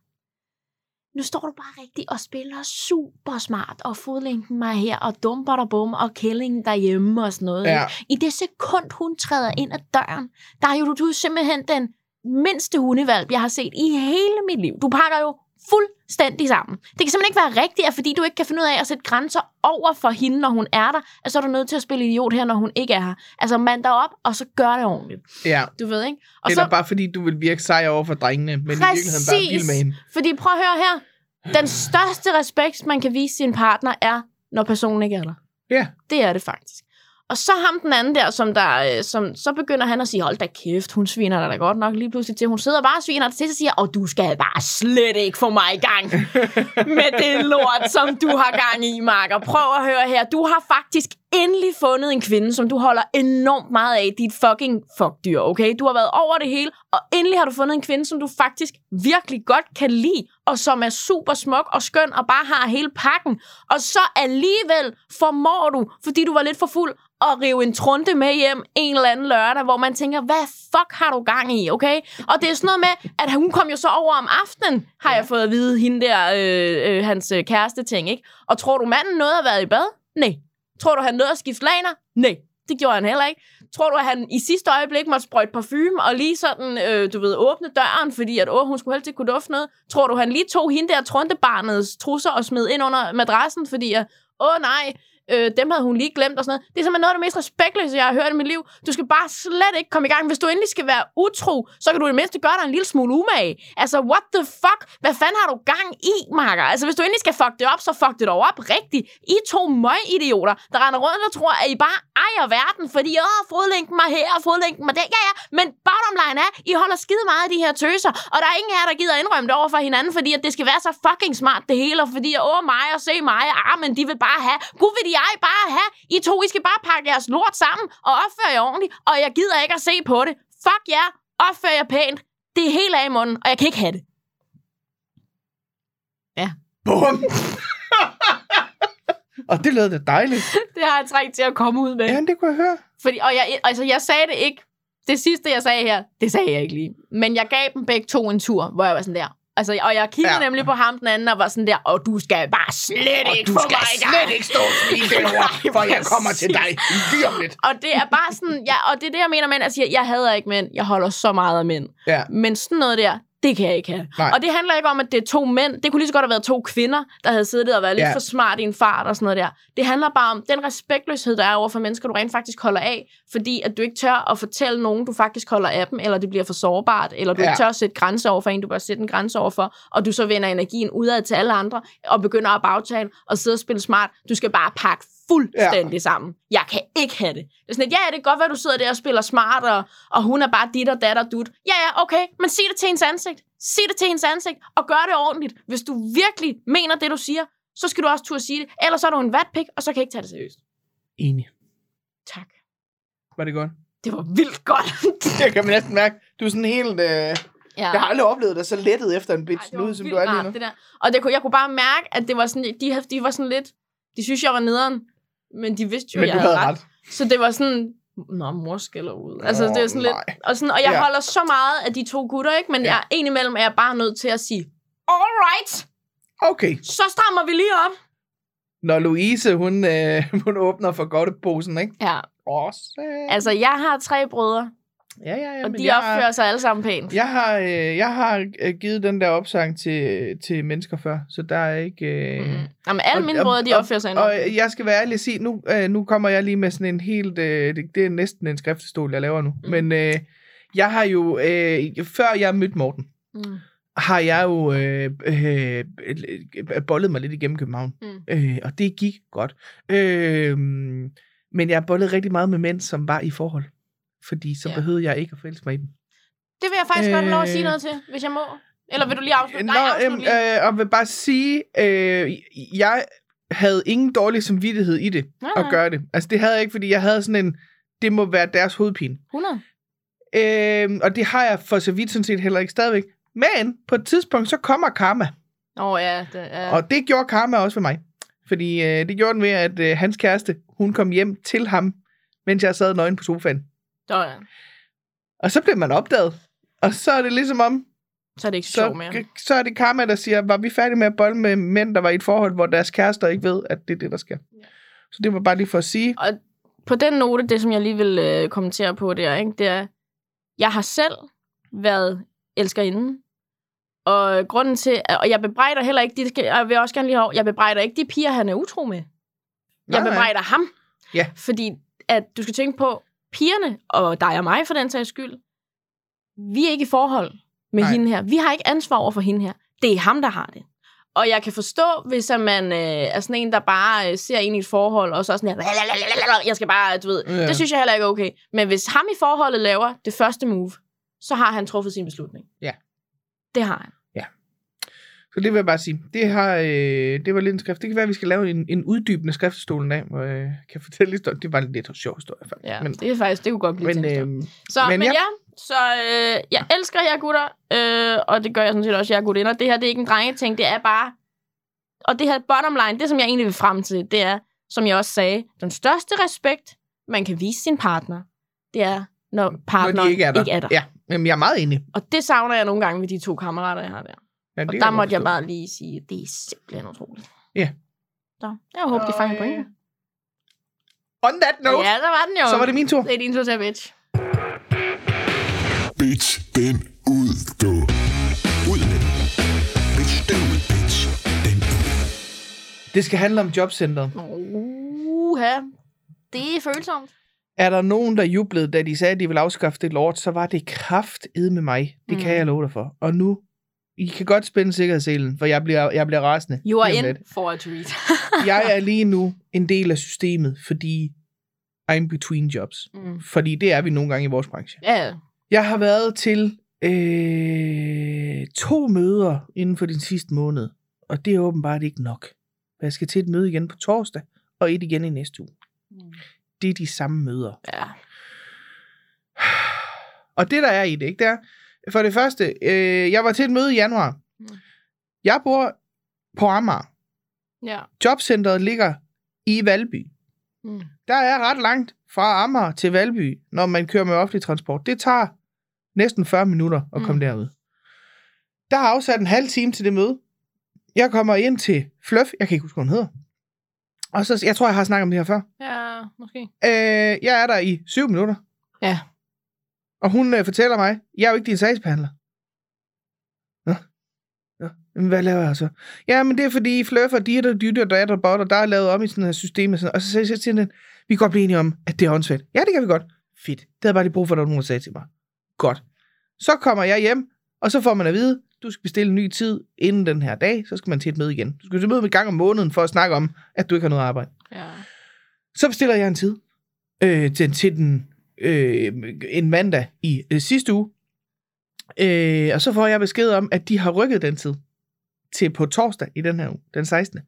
[SPEAKER 2] Nu står du bare rigtigt og spiller super smart, og fodlænken mig her, og dum, bada, bum, og kællingen derhjemme og sådan noget.
[SPEAKER 3] Ja,
[SPEAKER 2] I det sekund, hun træder ind ad døren, der er jo du, du er simpelthen den mindste hundevalp, jeg har set i hele mit liv. Du pakker jo fuldstændig sammen. Det kan simpelthen ikke være rigtigt, at fordi du ikke kan finde ud af at sætte grænser over for hende, når hun er der, at så er du nødt til at spille idiot her, når hun ikke er her. Altså mand dig op, og så gør det ordentligt.
[SPEAKER 3] ja.
[SPEAKER 2] Du ved, ikke? Og
[SPEAKER 3] Og Eller
[SPEAKER 2] så,
[SPEAKER 3] så... bare fordi du vil virke sej over for drengene, men i virkeligheden bare vild med hende.
[SPEAKER 2] fordi prøv at høre her. Den største respekt, man kan vise sin partner, er, når personen ikke er der.
[SPEAKER 3] Ja.
[SPEAKER 2] Det er det faktisk. Og så ham den anden der, som der, øh, som, så begynder han at sige, hold da kæft, hun sviner dig da godt nok lige pludselig til. Hun sidder bare og sviner dig til, og siger, og du skal bare slet ikke få mig i gang med det lort, som du har gang i, Marker. Prøv at høre her, du har faktisk endelig fundet en kvinde, som du holder enormt meget af, dit fucking fuckdyr, okay? Du har været over det hele, og endelig har du fundet en kvinde, som du faktisk virkelig godt kan lide, og som er super smuk og skøn, og bare har hele pakken. Og så alligevel formår du, fordi du var lidt for fuld, at rive en trunte med hjem en eller anden lørdag, hvor man tænker, hvad fuck har du gang i, okay? Og det er sådan noget med, at hun kom jo så over om aftenen, har ja. jeg fået at vide, hende der, øh, øh, hans øh, kæreste ting, ikke? Og tror du, manden nåede at være i bad? Nej. Tror du, han nåede at skifte laner? Nej. Det gjorde han heller ikke. Tror du, at han i sidste øjeblik måtte sprøjte parfume og lige sådan, øh, du ved, åbne døren, fordi at, åh, hun skulle helst ikke kunne dufte noget? Tror du, han lige tog hende der truntebarnets trusser og smed ind under madrassen, fordi at, åh nej, øh, dem havde hun lige glemt og sådan noget. Det er simpelthen noget af det mest respektløse, jeg har hørt i mit liv. Du skal bare slet ikke komme i gang. Hvis du endelig skal være utro, så kan du i det mindste gøre dig en lille smule umage. Altså, what the fuck? Hvad fanden har du gang i, makker? Altså, hvis du endelig skal fuck det op, så fuck det dog op rigtigt. I to møg-idioter, der render rundt og tror, at I bare ejer verden, fordi, åh, fodlænken mig her, og fodlænken mig der. Ja, ja, men bottom line er, I holder skide meget af de her tøser, og der er ingen af jer, der gider indrømme det over for hinanden, fordi at det skal være så fucking smart det hele, og fordi, åh mig og se mig, ah, men de vil bare have, gud vil de ej bare have, I to, I skal bare pakke jeres lort sammen og opføre jer ordentligt, og jeg gider ikke at se på det. Fuck jer, opfør jer pænt. Det er helt af i munden, og jeg kan ikke have det.
[SPEAKER 3] Bum! og det lød da dejligt.
[SPEAKER 2] Det har jeg trængt til at komme ud med.
[SPEAKER 3] Ja, det kunne jeg høre.
[SPEAKER 2] Fordi, og jeg, altså, jeg sagde det ikke. Det sidste, jeg sagde her, det sagde jeg ikke lige. Men jeg gav dem begge to en tur, hvor jeg var sådan der. Altså, og jeg kiggede ja.
[SPEAKER 3] Ja.
[SPEAKER 2] nemlig på ham den anden og var sådan der, og du skal bare slet ikke få mig i gang."
[SPEAKER 3] ikke stå og spise det
[SPEAKER 2] Nej, præcis.
[SPEAKER 3] lige om lidt.
[SPEAKER 2] Og det er bare sådan, ja, og det er det, jeg mener, men jeg siger, jeg hader ikke mænd, jeg holder så meget af mænd.
[SPEAKER 3] Ja,
[SPEAKER 2] Men sådan noget der, det kan jeg ikke have.
[SPEAKER 3] Nej.
[SPEAKER 2] Og det handler ikke om, at det er to mænd. Det kunne lige så godt have været to kvinder, der havde siddet og været lidt
[SPEAKER 3] Ja.
[SPEAKER 2] for smart i en fart og sådan noget der. Det handler bare om den respektløshed, der er over for mennesker, du rent faktisk holder af, fordi at du ikke tør at fortælle nogen, du faktisk holder af dem, eller det bliver for sårbart, eller du
[SPEAKER 3] Ja.
[SPEAKER 2] ikke tør at sætte grænser over for en, du bør sætte en grænse over for, og du så vender energien udad til alle andre, og begynder at bagtale og sidde og spille smart. Du skal bare pakke fuldstændig sammen. Jeg kan ikke have det. Det er sådan, at, ja, ja, det kan godt være, du sidder der og spiller smart, og, og hun er bare dit og dat og dut. Ja, ja, okay, men sig det til hendes ansigt. Sig det til hendes ansigt, og gør det ordentligt. Hvis du virkelig mener det, du siger, så skal du også turde sige det. Ellers så er du en vatpik, og så kan jeg ikke tage det seriøst.
[SPEAKER 3] enig.
[SPEAKER 2] Tak.
[SPEAKER 3] Var det godt?
[SPEAKER 2] Det var vildt godt.
[SPEAKER 3] Det kan man næsten mærke. Du er sådan helt... Øh...
[SPEAKER 2] ja.
[SPEAKER 3] Jeg har aldrig oplevet dig så lettet efter en bitch
[SPEAKER 2] Ej, det var
[SPEAKER 3] nu, som du
[SPEAKER 2] vildt
[SPEAKER 3] er lige
[SPEAKER 2] rart,
[SPEAKER 3] nu.
[SPEAKER 2] Det der. Og det kunne, jeg kunne bare mærke, at det var sådan, de, havde- de var sådan lidt... De synes, jeg var nederen, men de vidste jo,
[SPEAKER 3] Men
[SPEAKER 2] jeg
[SPEAKER 3] du havde ret.
[SPEAKER 2] Så det var sådan, nå, mor skælder ud. Altså,
[SPEAKER 3] Åh,
[SPEAKER 2] det er sådan
[SPEAKER 3] nej.
[SPEAKER 2] lidt, og, sådan, og jeg
[SPEAKER 3] Ja.
[SPEAKER 2] holder så meget af de to gutter, ikke? Men
[SPEAKER 3] Ja.
[SPEAKER 2] ja. jeg, en imellem er jeg bare nødt til at sige, all right,
[SPEAKER 3] Okay.
[SPEAKER 2] så strammer vi lige op.
[SPEAKER 3] Når Louise, hun, øh, hun åbner for godteposen, ikke?
[SPEAKER 2] Ja,
[SPEAKER 3] Åh,
[SPEAKER 2] altså, jeg har tre brødre,
[SPEAKER 3] ja, ja, ja,
[SPEAKER 2] og
[SPEAKER 3] men
[SPEAKER 2] de
[SPEAKER 3] jeg-
[SPEAKER 2] opfører sig alle sammen pænt.
[SPEAKER 3] Jeg har, øh, jeg har øh, givet den der opsang til, til mennesker før, så der er ikke... Øh...
[SPEAKER 2] Mm. Jamen, alle
[SPEAKER 3] Og-
[SPEAKER 2] mine
[SPEAKER 3] og-
[SPEAKER 2] brødre, de opfører sig enormt.
[SPEAKER 3] Og øh, jeg skal være ærlig og sige, nu, øh, nu kommer jeg lige med sådan en helt... Øh, det, det er næsten en skriftestol, jeg laver nu.
[SPEAKER 2] Mm.
[SPEAKER 3] Mm. Men øh, jeg har jo... Øh, før jeg mødte Morten,
[SPEAKER 2] Mm.
[SPEAKER 3] har jeg jo øh, øh, øh, bollet mig lidt igennem København.
[SPEAKER 2] Mm.
[SPEAKER 3] Øh, og det gik godt. Øh, men jeg har bollet rigtig meget med mænd, som var i forhold. Fordi så
[SPEAKER 2] Ja.
[SPEAKER 3] behøvede jeg ikke at forelske mig i dem.
[SPEAKER 2] Det vil jeg faktisk øh... godt have lov at sige
[SPEAKER 3] Øh.
[SPEAKER 2] noget til, hvis jeg må. Eller vil du lige afslutte? Nej,
[SPEAKER 3] Nå,
[SPEAKER 2] afslut
[SPEAKER 3] øhm,
[SPEAKER 2] lige.
[SPEAKER 3] øh, og vil bare sige, øh, jeg havde ingen dårlig samvittighed i det,
[SPEAKER 2] Nej,
[SPEAKER 3] at
[SPEAKER 2] nej.
[SPEAKER 3] gøre det. Altså, det havde jeg ikke, fordi jeg havde sådan en, det må være deres hovedpine.
[SPEAKER 2] 100.
[SPEAKER 3] Øh, og det har jeg for så vidt sådan set heller ikke stadigvæk. Men på et tidspunkt, så kommer karma.
[SPEAKER 2] Åh oh, ja, det er...
[SPEAKER 3] Og det gjorde karma også for mig. Fordi øh, det gjorde den ved, at øh, hans kæreste, hun kom hjem til ham, mens jeg sad nøgen på sofaen.
[SPEAKER 2] Nå, ja.
[SPEAKER 3] Og så blev man opdaget. Og så er det ligesom om,
[SPEAKER 2] Så er det ikke så, sjovt mere.
[SPEAKER 3] så, så er det karma, der siger, var vi færdige med at bolle med mænd, der var i et forhold, hvor deres kærester ikke ved, at det er det, der sker.
[SPEAKER 2] Ja.
[SPEAKER 3] Så det var bare lige for at sige,
[SPEAKER 2] Og på den note, det som jeg lige vil øh, kommentere på der, ikke, det er, jeg har selv været elskerinde, og grunden til, og jeg bebrejder heller ikke, de, skal- jeg vil også gerne lige have, jeg bebrejder ikke de piger, han er utro med.
[SPEAKER 3] Nej,
[SPEAKER 2] Jeg
[SPEAKER 3] nej.
[SPEAKER 2] bebrejder ham.
[SPEAKER 3] Ja.
[SPEAKER 2] Fordi at du skal tænke på, pigerne, og dig og mig for den sags skyld, vi er ikke i forhold med Nej.
[SPEAKER 3] Nej.
[SPEAKER 2] hende her. Vi har ikke ansvar over for hende her. Det er ham, der har det. Og jeg kan forstå, hvis at man øh, er sådan en, der bare øh, ser ind i et forhold, og så er sådan her, "Lalalalalalala, jeg skal bare, du ved.
[SPEAKER 3] Ja.
[SPEAKER 2] Ja. Det synes jeg heller ikke er okay. Men hvis ham i forholdet laver det første move, så har han truffet sin beslutning.
[SPEAKER 3] Ja.
[SPEAKER 2] Det har han.
[SPEAKER 3] så det vil jeg bare sige. Det, har, øh, det var lidt en skrift. Det kan være, at vi skal lave en, en uddybende skriftstolen af, hvor øh, jeg kan fortælle historien. Det var en lidt sjov historie, faktisk.
[SPEAKER 2] Ja,
[SPEAKER 3] men,
[SPEAKER 2] men, det er faktisk, det kunne godt blive
[SPEAKER 3] men,
[SPEAKER 2] til en historie.
[SPEAKER 3] øh,
[SPEAKER 2] Så,
[SPEAKER 3] Men
[SPEAKER 2] men,
[SPEAKER 3] ja.
[SPEAKER 2] men ja. så øh, jeg elsker jer gutter, øh, og det gør jeg sådan set også, jer gutinder. Det her, det er ikke en drengeting, det er bare... Og det her bottom line, det som jeg egentlig vil frem til, det er, som jeg også sagde, den største respekt, man kan vise sin partner, det er, når partneren
[SPEAKER 3] når de ikke er der.
[SPEAKER 2] Ikke er der. Ja.
[SPEAKER 3] Ja, jamen, jeg er meget enig.
[SPEAKER 2] Og det savner jeg nogle gange med de to kammerater, jeg har der.
[SPEAKER 3] Ja, det
[SPEAKER 2] Og
[SPEAKER 3] kan
[SPEAKER 2] der
[SPEAKER 3] godt
[SPEAKER 2] måtte jeg
[SPEAKER 3] forstå.
[SPEAKER 2] bare lige sige, det er simpelthen utroligt.
[SPEAKER 3] Ja.
[SPEAKER 2] Så jeg håber, de
[SPEAKER 3] Og,
[SPEAKER 2] fanger
[SPEAKER 3] øh,
[SPEAKER 2] pointen.
[SPEAKER 3] On that note,
[SPEAKER 2] Ja, der var den jo.
[SPEAKER 3] så var det min tur.
[SPEAKER 2] Det er din tur til at bitch.
[SPEAKER 1] Bitch den ud, du. Ud med den. Bitch den ud, bitch. Den ud.
[SPEAKER 3] Det skal handle om jobcentret.
[SPEAKER 2] Uha. Det er følsomt.
[SPEAKER 3] Er der nogen, der jublede, da de sagde, at de ville afskaffe det lort, så var det kraft med mig. Det kan
[SPEAKER 2] Mm.
[SPEAKER 3] jeg love dig for. Og nu, I kan godt spænde sikkerhedsselen, for jeg bliver, jeg bliver rasende.
[SPEAKER 2] You are
[SPEAKER 3] lige om
[SPEAKER 2] in
[SPEAKER 3] lidt.
[SPEAKER 2] for a treat.
[SPEAKER 3] Jeg er lige nu en del af systemet, fordi I'm between jobs.
[SPEAKER 2] mm.
[SPEAKER 3] Fordi det er vi nogle gange i vores branche.
[SPEAKER 2] Ja, ja.
[SPEAKER 3] Jeg har været til øh, to møder inden for den sidste måned, og det er åbenbart ikke nok. Jeg skal til et møde igen på torsdag, og et igen i næste uge. Det er de samme møder.
[SPEAKER 2] ja.
[SPEAKER 3] Og det, der er i det, ikke, det er, for det første, øh, jeg var til et møde i januar.
[SPEAKER 2] Mm.
[SPEAKER 3] Jeg bor på Amager.
[SPEAKER 2] ja.
[SPEAKER 3] Jobcentret ligger i Valby.
[SPEAKER 2] Mm.
[SPEAKER 3] Der er ret langt fra Amager til Valby, når man kører med offentlig transport. Det tager næsten 40 minutter at komme
[SPEAKER 2] Mm.
[SPEAKER 3] derud. Der er afsat en halv time til det møde. Jeg kommer ind til Fluff, jeg kan ikke huske, hvad hun hedder. Og så, jeg tror, jeg har snakket om det her før.
[SPEAKER 2] ja, måske.
[SPEAKER 3] Øh, jeg er der i syv minutter.
[SPEAKER 2] Ja.
[SPEAKER 3] Og hun øh, fortæller mig, jeg er jo ikke din sagsbehandler. Nå. Nå. Men hvad laver jeg så? Ja, men det er fordi fløffer, de er der dytte og datter bot, og der er lavet om i sådan her system. Og, sådan. og så siger jeg til hende, vi kan godt blive enige om, at det er åndssvagt. Ja, det kan vi godt. Fedt. Det havde jeg bare lige brug for, at der var nogen der sagde til mig. Godt. Så kommer jeg hjem, og så får man at vide, du skal bestille en ny tid inden den her dag, så skal man til et møde igen. Du skal til møde med gang om måneden for at snakke om, at du ikke har noget arbejde.
[SPEAKER 2] Ja.
[SPEAKER 3] Så bestiller jeg en tid øh, til, til den, øh, en mandag i øh, sidste uge. Øh, og så får jeg besked om, at de har rykket den tid til på torsdag i den her uge, den 16.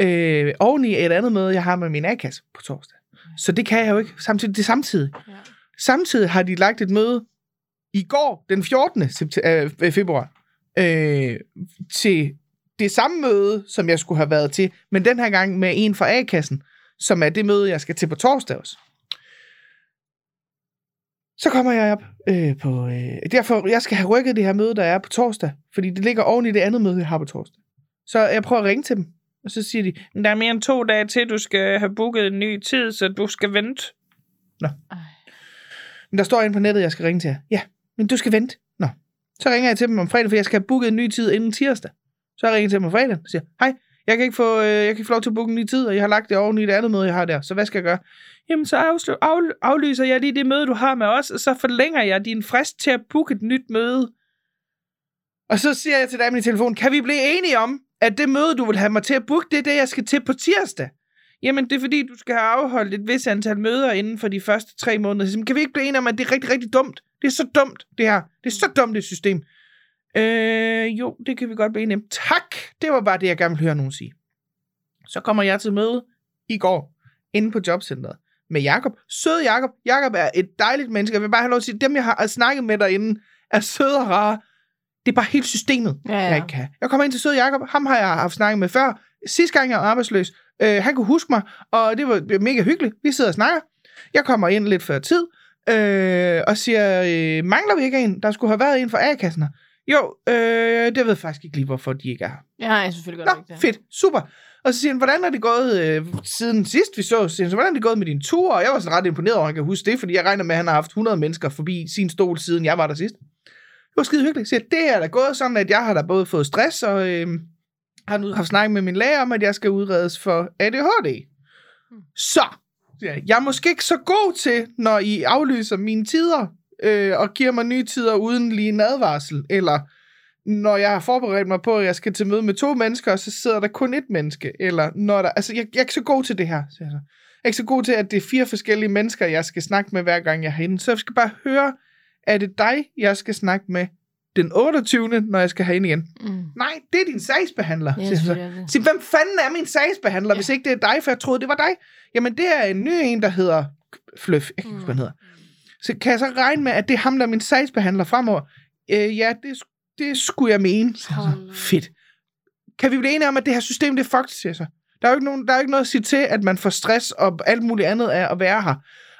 [SPEAKER 3] Øh, oven i et andet møde, jeg har med min A-kasse på torsdag. Så det kan jeg jo ikke samtidig. Det er samtidig.
[SPEAKER 2] Ja.
[SPEAKER 3] Samtidig har de lagt et møde i går, den 14. Septe- øh, øh, februar, øh, til det samme møde, som jeg skulle have været til, men den her gang med en fra A-kassen, som er det møde, jeg skal til på torsdag også. Så kommer jeg op øh, på... Øh, derfor, jeg skal have rykket det her møde, der er på torsdag, fordi det ligger oven i det andet møde, jeg har på torsdag. Så jeg prøver at ringe til dem, og så siger de, "Men der er mere end to dage til, du skal have booket en ny tid, så du skal vente. Nå.
[SPEAKER 2] Ej.
[SPEAKER 3] Men der står inde på nettet, jeg skal ringe til jer. Ja, men du skal vente. Nå. Så ringer jeg til dem om fredag, for jeg skal have booket en ny tid inden tirsdag. Så jeg ringer til dem om fredag og siger, hej, jeg kan, ikke få, øh, jeg kan ikke få lov til at booke en ny tid, og jeg har lagt det oven i det andet møde, jeg har der. Så hvad skal jeg gøre? Jamen, så afslu- af- aflyser jeg lige det møde, du har med os, og så forlænger jeg din frist til at booke et nyt møde. Og så siger jeg til damen i telefonen, kan vi blive enige om, at det møde, du vil have mig til at booke, det er det, jeg skal til på tirsdag? Jamen, det er fordi, du skal have afholdt et vis antal møder inden for de første tre måneder. Så siger, "Men kan vi ikke blive enige om, at det er rigtig, rigtig dumt? Det er så dumt, det her. Det er så dumt, det system. Øh, jo, det kan vi godt blive enige om. Tak! Det var bare det, jeg gerne ville høre nogen sige. Så kommer jeg til møde i går, inde på jobcentret, med Jakob. Sød Jakob. Jakob er et dejligt menneske. Jeg vil bare have lov til at sige, dem jeg har snakket med derinde, er søde og rare. Det er bare helt systemet,
[SPEAKER 2] Ja, ja.
[SPEAKER 3] jeg ikke kan. Jeg kommer ind til sød Jakob. Ham har jeg haft snakket med før. Sidste gang, jeg var arbejdsløs. Øh, han kunne huske mig, og det var det var mega hyggeligt. Vi sidder og snakker. Jeg kommer ind lidt før tid, øh, og siger, øh, mangler vi ikke en? Der skulle have været en fra A-kassen her. Jo, øh, det ved jeg faktisk ikke lige, hvorfor de ikke er her.
[SPEAKER 2] Ja, jeg har selvfølgelig godt
[SPEAKER 3] Nå, fedt, super. Og så siger han, hvordan er det gået øh, siden sidst vi så? Så siger han, så hvordan er det gået med din tur? Og jeg var sådan ret imponeret over, at han kan huske det, fordi jeg regner med, at han har haft 100 mennesker forbi sin stol, siden jeg var der sidst. Det var skide hyggeligt. Så siger, jeg, det er da gået sådan, at jeg har da både fået stress, og øh, har nu haft snakket med min læge om, at jeg skal udredes for ADHD. Så, siger jeg, jeg er måske ikke så god til, når I aflyser mine tider, øh, og giver mig nye tider uden lige en advarsel, eller når jeg har forberedt mig på, at jeg skal til møde med to mennesker, og så sidder der kun et menneske, eller når der, altså jeg, jeg er ikke så god til det her, siger jeg så. Jeg er ikke så god til, at det er fire forskellige mennesker, jeg skal snakke med, hver gang jeg er herinde. Så jeg skal bare høre, er det dig, jeg skal snakke med den 28., når jeg skal herinde igen?
[SPEAKER 2] Mm.
[SPEAKER 3] Nej, det er din sagsbehandler,
[SPEAKER 2] Ja,
[SPEAKER 3] siger jeg så.
[SPEAKER 2] selvfølgelig er det.
[SPEAKER 3] Sig, hvem fanden er min sagsbehandler, ja.
[SPEAKER 2] Ja.
[SPEAKER 3] hvis ikke det er dig, for jeg troede, det var dig? Jamen, det er en ny en, der hedder Fløf. Jeg kan ikke huske,
[SPEAKER 2] Mm.
[SPEAKER 3] hvad han hedder. Så kan jeg så regne med, at det er ham, der er min sagsbehandler fremover? Øh, ja, det, sk- det skulle jeg mene. Så, jeg
[SPEAKER 2] Hold da.
[SPEAKER 3] så, fedt. Kan vi blive enige om, at det her system, det er fucked, siger jeg så. Der er, jo ikke nogen, der er jo ikke noget at sige til, at man får stress og alt muligt andet af at være her.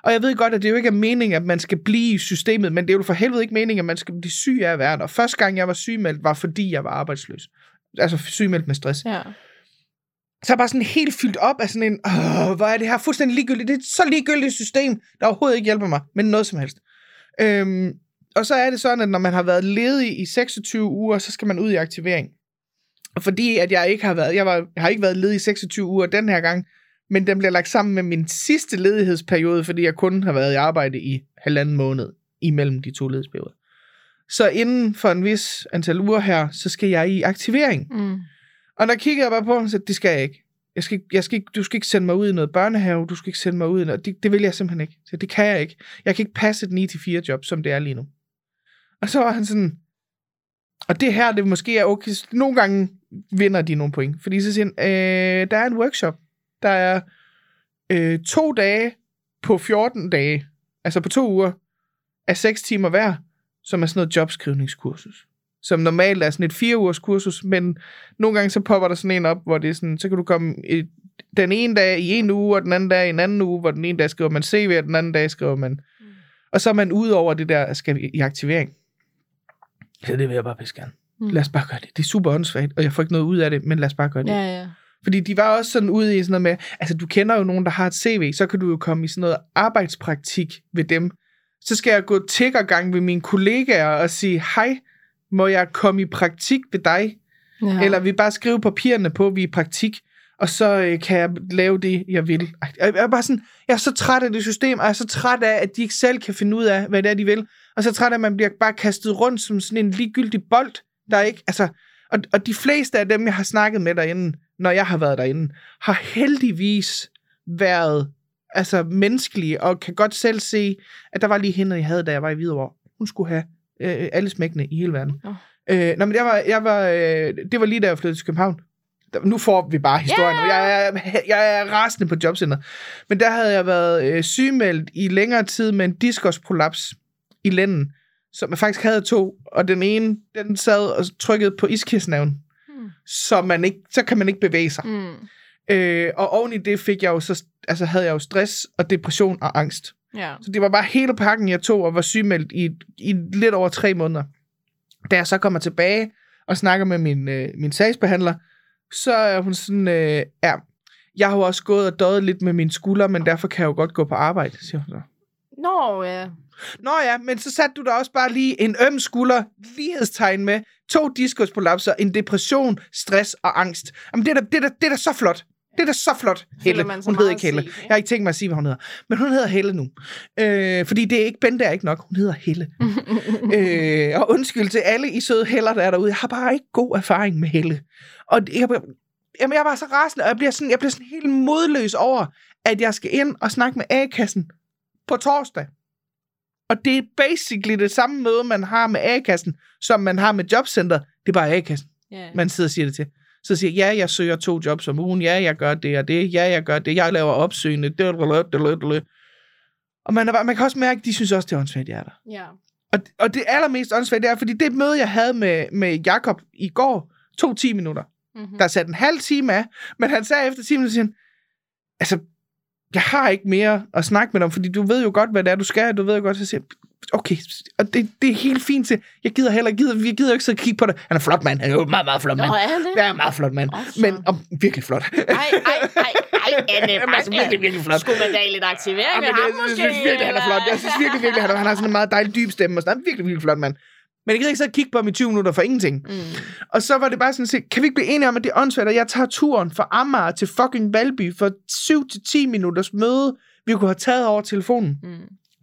[SPEAKER 3] Og jeg ved godt, at det jo ikke er meningen, at man skal blive i systemet, men det er jo for helvede ikke meningen, at man skal blive syg af at være der. Første gang, jeg var sygemeldt, var fordi jeg var arbejdsløs. Altså sygemeldt med stress.
[SPEAKER 2] Ja.
[SPEAKER 3] Så er jeg bare sådan helt fyldt op af sådan en, Åh, hvor er det her fuldstændig ligegyldigt. Det er et så ligegyldigt system, der overhovedet ikke hjælper mig med noget som helst. Øhm, og så er det sådan, at når man har været ledig i 26 uger, så skal man ud i aktivering. Og fordi at jeg ikke har været, jeg, var, jeg har ikke været ledig i 26 uger den her gang, men den bliver lagt sammen med min sidste ledighedsperiode, fordi jeg kun har været i arbejde i halvanden måned imellem de to ledighedsperioder. Så inden for en vis antal uger her, så skal jeg i aktivering.
[SPEAKER 2] Mm.
[SPEAKER 3] Og der kiggede jeg bare på ham og sagde, det skal jeg ikke. Jeg skal, ikke- jeg skal ikke, du skal ikke sende mig ud i noget børnehave, du skal ikke sende mig ud i noget, det, det vil jeg simpelthen ikke. Så det kan jeg ikke. Jeg kan ikke passe et 9-4 job, som det er lige nu. Og så var han sådan, og det her, det måske er okay, nogle gange vinder de nogle point, fordi så siger han, øh, der er en workshop, der er øh, to dage på 14 dage, altså på to uger, af 6 timer hver, som er sådan noget jobskrivningskursus. Som normalt er sådan et fire ugers kursus, men nogle gange så popper der sådan en op, hvor det er sådan, så kan du komme i, den ene dag i en uge, og den anden dag i en anden uge, hvor den ene dag skriver man CV, og den anden dag skriver man... Mm. Og så er man ud over det der, skal i, i aktivering. Så det vil jeg bare pisse gerne.
[SPEAKER 2] Mm.
[SPEAKER 3] Mm. Lad os bare gøre det. Det er super åndssvagt, og jeg får ikke noget ud af det, men lad os bare gøre det.
[SPEAKER 2] Ja, ja.
[SPEAKER 3] Fordi de var også sådan ude i sådan noget med, altså du kender jo nogen, der har et CV, så kan du jo komme i sådan noget arbejdspraktik ved dem. Så skal jeg gå tiggergang ved mine kollegaer og sige, hej, må jeg komme i praktik ved dig?
[SPEAKER 2] ja.
[SPEAKER 3] Eller vi bare skrive papirerne på, at vi er i praktik, og så øh, kan jeg lave det, jeg vil. Jeg er bare sådan, jeg er så træt af det system, og jeg er så træt af, at de ikke selv kan finde ud af, hvad det er, de vil. Og så træt af, at man bliver bare kastet rundt som sådan en ligegyldig bold, der er ikke, altså, og, og de fleste af dem, jeg har snakket med derinde, når jeg har været derinde, har heldigvis været altså, menneskelige, og kan godt selv se, at der var lige hende, jeg havde, da jeg var i Hvidovre. Hun skulle have øh, alle smækkene i hele verden.
[SPEAKER 2] Nå.
[SPEAKER 3] Øh, nå, men jeg var, jeg var, øh, det var lige da jeg flyttede til København. Der- Nu får vi bare historien. Yeah! Jeg, er, jeg er rasende på jobcenter. Men der havde jeg været øh, sygemeldt i længere tid med en diskusprolaps i lænden, som jeg faktisk havde to, og den ene, den sad og trykkede på iskirsnaven,
[SPEAKER 2] Hmm.
[SPEAKER 3] hmm. så, man ikke, så kan man ikke bevæge sig.
[SPEAKER 2] Mm.
[SPEAKER 3] Øh, og oven i det fik jeg jo så, altså havde jeg jo stress og depression og angst.
[SPEAKER 2] Ja.
[SPEAKER 3] Så det var bare hele pakken, jeg tog og var sygemeldt i, i lidt over tre måneder. Da jeg så kommer tilbage og snakker med min, øh, min sagsbehandler, så er hun sådan, øh, ja, jeg har jo også gået og døjet lidt med mine skuldre, men derfor kan jeg jo godt gå på arbejde, siger hun så.
[SPEAKER 2] Nå, ja.
[SPEAKER 3] Nå ja, men så satte du da også bare lige en øm skulder, lighedstegn med, to diskusprolapser, en depression, stress og angst. Jamen det er da, det er da, det er da så flot. Det er da så flot,
[SPEAKER 2] Føler
[SPEAKER 3] Helle.
[SPEAKER 2] man sig
[SPEAKER 3] Hun hedder
[SPEAKER 2] meget
[SPEAKER 3] ikke Helle.
[SPEAKER 2] set, ikke?
[SPEAKER 3] Jeg har ikke tænkt mig at sige, hvad hun hedder. Men hun hedder Helle nu. Øh, fordi det er ikke Bente er ikke nok. Hun hedder Helle. øh, og undskyld til alle I søde Heller, der er derude. Jeg har bare ikke god erfaring med Helle. Og jeg, jamen, jeg var så rasende, og jeg bliver, sådan, jeg bliver sådan helt modløs over, at jeg skal ind og snakke med A-kassen på torsdag. Og det er basically det samme møde, man har med A-kassen, som man har med jobcenter. Det er bare A-kassen,
[SPEAKER 2] Ja.
[SPEAKER 3] man sidder og siger det til. Så siger jeg, ja, jeg søger to jobs om ugen. Ja, jeg gør det og det. Ja, jeg gør det. Jeg laver opsøgende. Dadadadadadadada. Og man, er bare, man kan også mærke, at de synes også, det er åndssvagt, jeg er der.
[SPEAKER 2] ja.
[SPEAKER 3] Og, og det allermest åndssvagt, det er, fordi det møde, jeg havde med, med Jakob i går, tog 10 minutter.
[SPEAKER 2] Mm-hmm.
[SPEAKER 3] Der satte en halv time af, men han sagde efter 10 minutter, siger han, altså, jeg har ikke mere at snakke med dig om, fordi du ved jo godt, hvad det er, du skal, du ved jo godt, så siger jeg, okay, og det, det er helt fint til, jeg gider heller ikke, vi gider jo ikke sidde og kigge på dig. Han er flot mand, han er jo en meget, meget flot
[SPEAKER 2] Nå,
[SPEAKER 3] mand.
[SPEAKER 2] er han det?
[SPEAKER 3] Ja, en meget flot mand,
[SPEAKER 2] Altså.
[SPEAKER 3] men og, virkelig flot.
[SPEAKER 2] Ej, ej, ej, ej, Anne.
[SPEAKER 3] Han er altså virkelig, virkelig flot.
[SPEAKER 2] Skulle man da lidt aktivere
[SPEAKER 3] Jamen,
[SPEAKER 2] med
[SPEAKER 3] jeg,
[SPEAKER 2] ham,
[SPEAKER 3] jeg, jeg
[SPEAKER 2] måske?
[SPEAKER 3] synes virkelig, han er flot. Jeg synes virkelig, virkelig, han er, han har sådan en meget dejlig dyb stemme, og sådan, han er virkelig, virkelig flot mand. Men jeg gider ikke så kigge på ham i 20 minutter for ingenting.
[SPEAKER 2] Mm.
[SPEAKER 3] Og så var det bare sådan, set, kan vi ikke blive enige om, at det er åndssvagt, at jeg tager turen fra Amager til fucking Valby for 7-10 minutters møde, vi kunne have taget over telefonen,
[SPEAKER 2] Mm.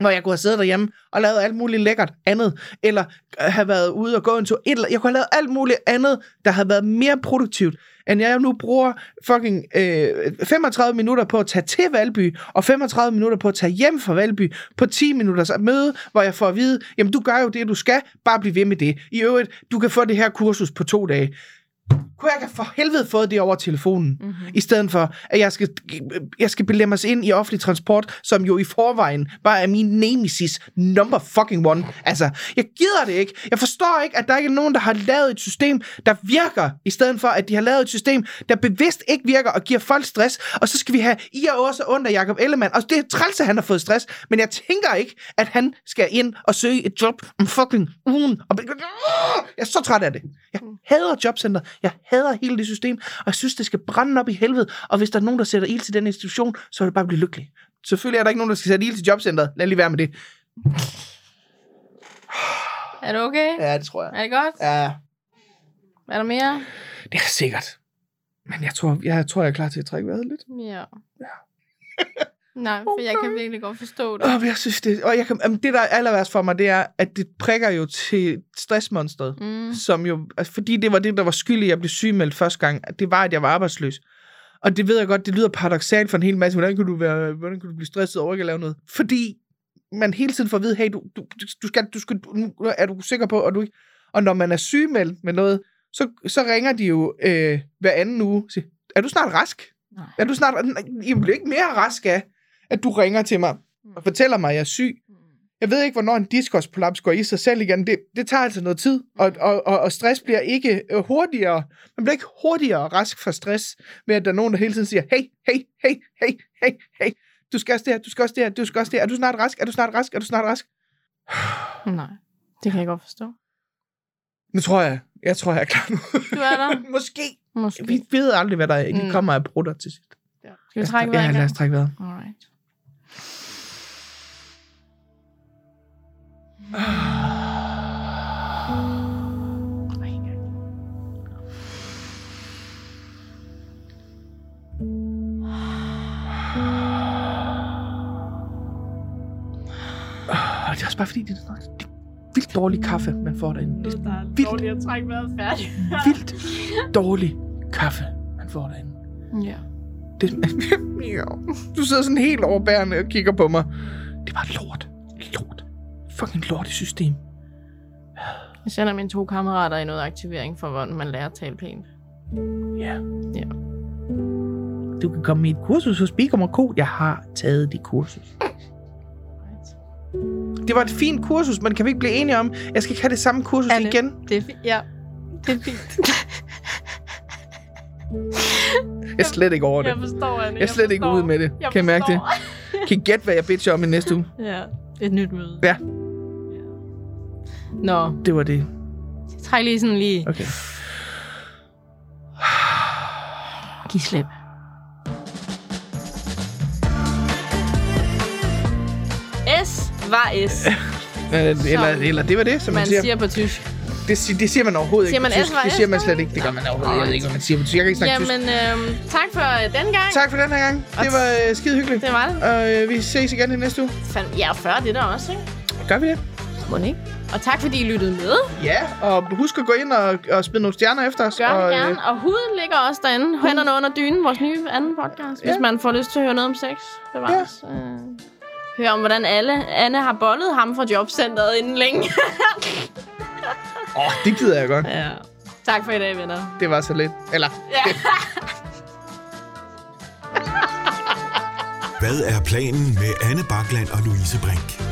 [SPEAKER 3] hvor jeg kunne have siddet derhjemme og lavet alt muligt lækkert andet, eller øh, have været ude og gå en tur. Et eller, jeg kunne have lavet alt muligt andet, der havde været mere produktivt, end jeg nu bruger fucking øh, 35 minutter på at tage til Valby, og 35 minutter på at tage hjem fra Valby, på 10 minutters møde, hvor jeg får at vide, jamen du gør jo det, du skal, bare bliv ved med det. I øvrigt, du kan få det her kursus på to dage. Kunne jeg ikke have for helvede fået det over telefonen?
[SPEAKER 2] Mm-hmm.
[SPEAKER 3] I stedet for, at jeg skal, jeg skal belemme os ind i offentlig transport, som jo i forvejen bare er min nemesis number fucking one. Altså, jeg gider det ikke. Jeg forstår ikke, at der ikke er nogen, der har lavet et system, der virker, i stedet for, at de har lavet et system, der bevidst ikke virker og giver folk stress. Og så skal vi have I og Åse og under Jacob Ellemann. Og det er træls, at han har fået stress, men jeg tænker ikke, at han skal ind og søge et job om fucking ugen. Og jeg er så træt af det. Jeg hader jobcenter. Jeg hader hele det system. Og jeg synes, det skal brænde op i helvede. Og hvis der er nogen, der sætter ild til den institution, så er det bare at blive lykkelig. Selvfølgelig er der ikke nogen, der skal sætte ild til jobcenteret. Lad lige være med det.
[SPEAKER 2] Er du okay?
[SPEAKER 3] Ja, det tror jeg.
[SPEAKER 2] Er det godt?
[SPEAKER 3] Ja,
[SPEAKER 2] Er der mere?
[SPEAKER 3] det er sikkert. Men jeg tror, jeg, tror, jeg er klar til at trække vejret lidt.
[SPEAKER 2] Ja. Nej, for jeg kan virkelig godt forstå det.
[SPEAKER 3] Åh, men jeg synes det. Og jeg kan, jamen, det, der er aller værst for mig, det er, at det prikker jo til stressmonstret.
[SPEAKER 2] Mm.
[SPEAKER 3] som jo, altså, fordi det var det, der var skyld i, at jeg blev sygemeldt første gang, at det var, at jeg var arbejdsløs. Og det ved jeg godt, det lyder paradoxalt for en hel masse. Hvordan kunne du, være, hvordan kunne du blive stresset over ikke at lave noget? Fordi man hele tiden får at vide, hey, du, du, du skal, du skal, du, nu er du sikker på, og du ikke. Og når man er sygemeldt med noget, så, så ringer de jo øh, hver anden uge og siger, er du snart rask?
[SPEAKER 2] Nej.
[SPEAKER 3] Er du snart, jeg bliver ikke mere rask af, at du ringer til mig og fortæller mig, at jeg er syg. Jeg ved ikke, hvornår en diskospolaps går i sig selv igen. Det, det tager altså noget tid, og, og, og, og stress bliver ikke øh, hurtigere. Man bliver ikke hurtigere rask fra stress, ved at der er nogen, der hele tiden siger, hey, hey, hey, hey, hey, hey, du skal også det her, du skal også det her, du skal også det her. Er du snart rask? Er du snart rask? Er du snart rask?
[SPEAKER 2] Nej, det kan jeg godt forstå.
[SPEAKER 3] Nu tror jeg, jeg tror, jeg er klar nu.
[SPEAKER 2] Du er der.
[SPEAKER 3] Måske.
[SPEAKER 2] Måske.
[SPEAKER 3] Vi ved aldrig, hvad der mm.
[SPEAKER 2] Mm.
[SPEAKER 3] kommer af brutter til sidst.
[SPEAKER 2] Skal vi trække vejret
[SPEAKER 3] Ja,
[SPEAKER 2] en
[SPEAKER 3] lad
[SPEAKER 2] gang?
[SPEAKER 3] os trække vejret.
[SPEAKER 2] Alright.
[SPEAKER 3] Og det er også bare fordi, det er sådan det er vildt dårlig kaffe, man får derinde. Det er sådan vildt,
[SPEAKER 2] Dårligt at trække vejret færdigt.
[SPEAKER 3] vildt dårlig kaffe, man får derinde.
[SPEAKER 2] Ja.
[SPEAKER 3] Det, ja. du sidder sådan helt overbærende og kigger på mig. Det var lort. Lort. Fucking lort i system.
[SPEAKER 2] Jeg sender mine to kammerater i noget aktivering for, hvordan man lærer at tale pænt.
[SPEAKER 3] Ja.
[SPEAKER 2] Ja.
[SPEAKER 3] Du kan komme i et kursus hos Bigum Co. Jeg har taget det kursus. Det var et fint kursus, men kan vi ikke blive enige om, jeg skal ikke have det samme kursus
[SPEAKER 2] Anne.
[SPEAKER 3] igen?
[SPEAKER 2] Det er fint. Ja, det er fint.
[SPEAKER 3] Jeg er slet ikke over det.
[SPEAKER 2] Jeg forstår, Anne.
[SPEAKER 3] Jeg er slet ikke ude med det.
[SPEAKER 2] Jeg
[SPEAKER 3] Kan I mærke det?
[SPEAKER 2] forstår.
[SPEAKER 3] Kan I gætte, hvad jeg bitcher om i næste uge?
[SPEAKER 2] Ja, et nyt møde.
[SPEAKER 3] Ja.
[SPEAKER 2] Ja. Nå,
[SPEAKER 3] Det var det.
[SPEAKER 2] træk lige sådan lige.
[SPEAKER 3] Okay.
[SPEAKER 2] Giv slip. S var S,
[SPEAKER 3] Øh, Eller, eller, eller det var det, som man,
[SPEAKER 2] man
[SPEAKER 3] siger.
[SPEAKER 2] siger på tysk.
[SPEAKER 3] Det, si- det siger man overhovedet
[SPEAKER 2] Siger
[SPEAKER 3] ikke på
[SPEAKER 2] man
[SPEAKER 3] tysk.
[SPEAKER 2] S var
[SPEAKER 3] Det
[SPEAKER 2] S,
[SPEAKER 3] siger man
[SPEAKER 2] så?
[SPEAKER 3] slet ikke. Det gør man overhovedet. Jeg ved ikke, hvad man siger på tysk. Jeg kan ikke snakke tysk.
[SPEAKER 2] Jamen, øhm, tak for øh, den gang.
[SPEAKER 3] Tak for den her gang. Det var øh, skide hyggeligt.
[SPEAKER 2] Det var det.
[SPEAKER 3] Og øh, vi ses igen i næste uge.
[SPEAKER 2] Fandme, Ja, 40 det der også, ikke?
[SPEAKER 3] Gør vi det?
[SPEAKER 2] Må den ikke? Og tak fordi I lyttede med.
[SPEAKER 3] Ja, og husk at gå ind og, og smide nogle stjerner efter os.
[SPEAKER 2] Gør
[SPEAKER 3] og,
[SPEAKER 2] det
[SPEAKER 3] øh,
[SPEAKER 2] gerne. Og huden ligger også derinde. Hænderne under dynen, vores nye anden podcast. Hvis
[SPEAKER 3] Ja.
[SPEAKER 2] man får lyst til at høre noget Øh, om sex, bevares. Ja. høre om, hvordan alle, Anne har boldet ham fra jobcentret inden længe.
[SPEAKER 3] Åh, oh, det gider jeg godt.
[SPEAKER 2] ja. Tak for i dag, venner.
[SPEAKER 3] Det var så lidt. Eller,
[SPEAKER 2] Ja.
[SPEAKER 1] Hvad er planen med Anne Bakland og Louise Brink?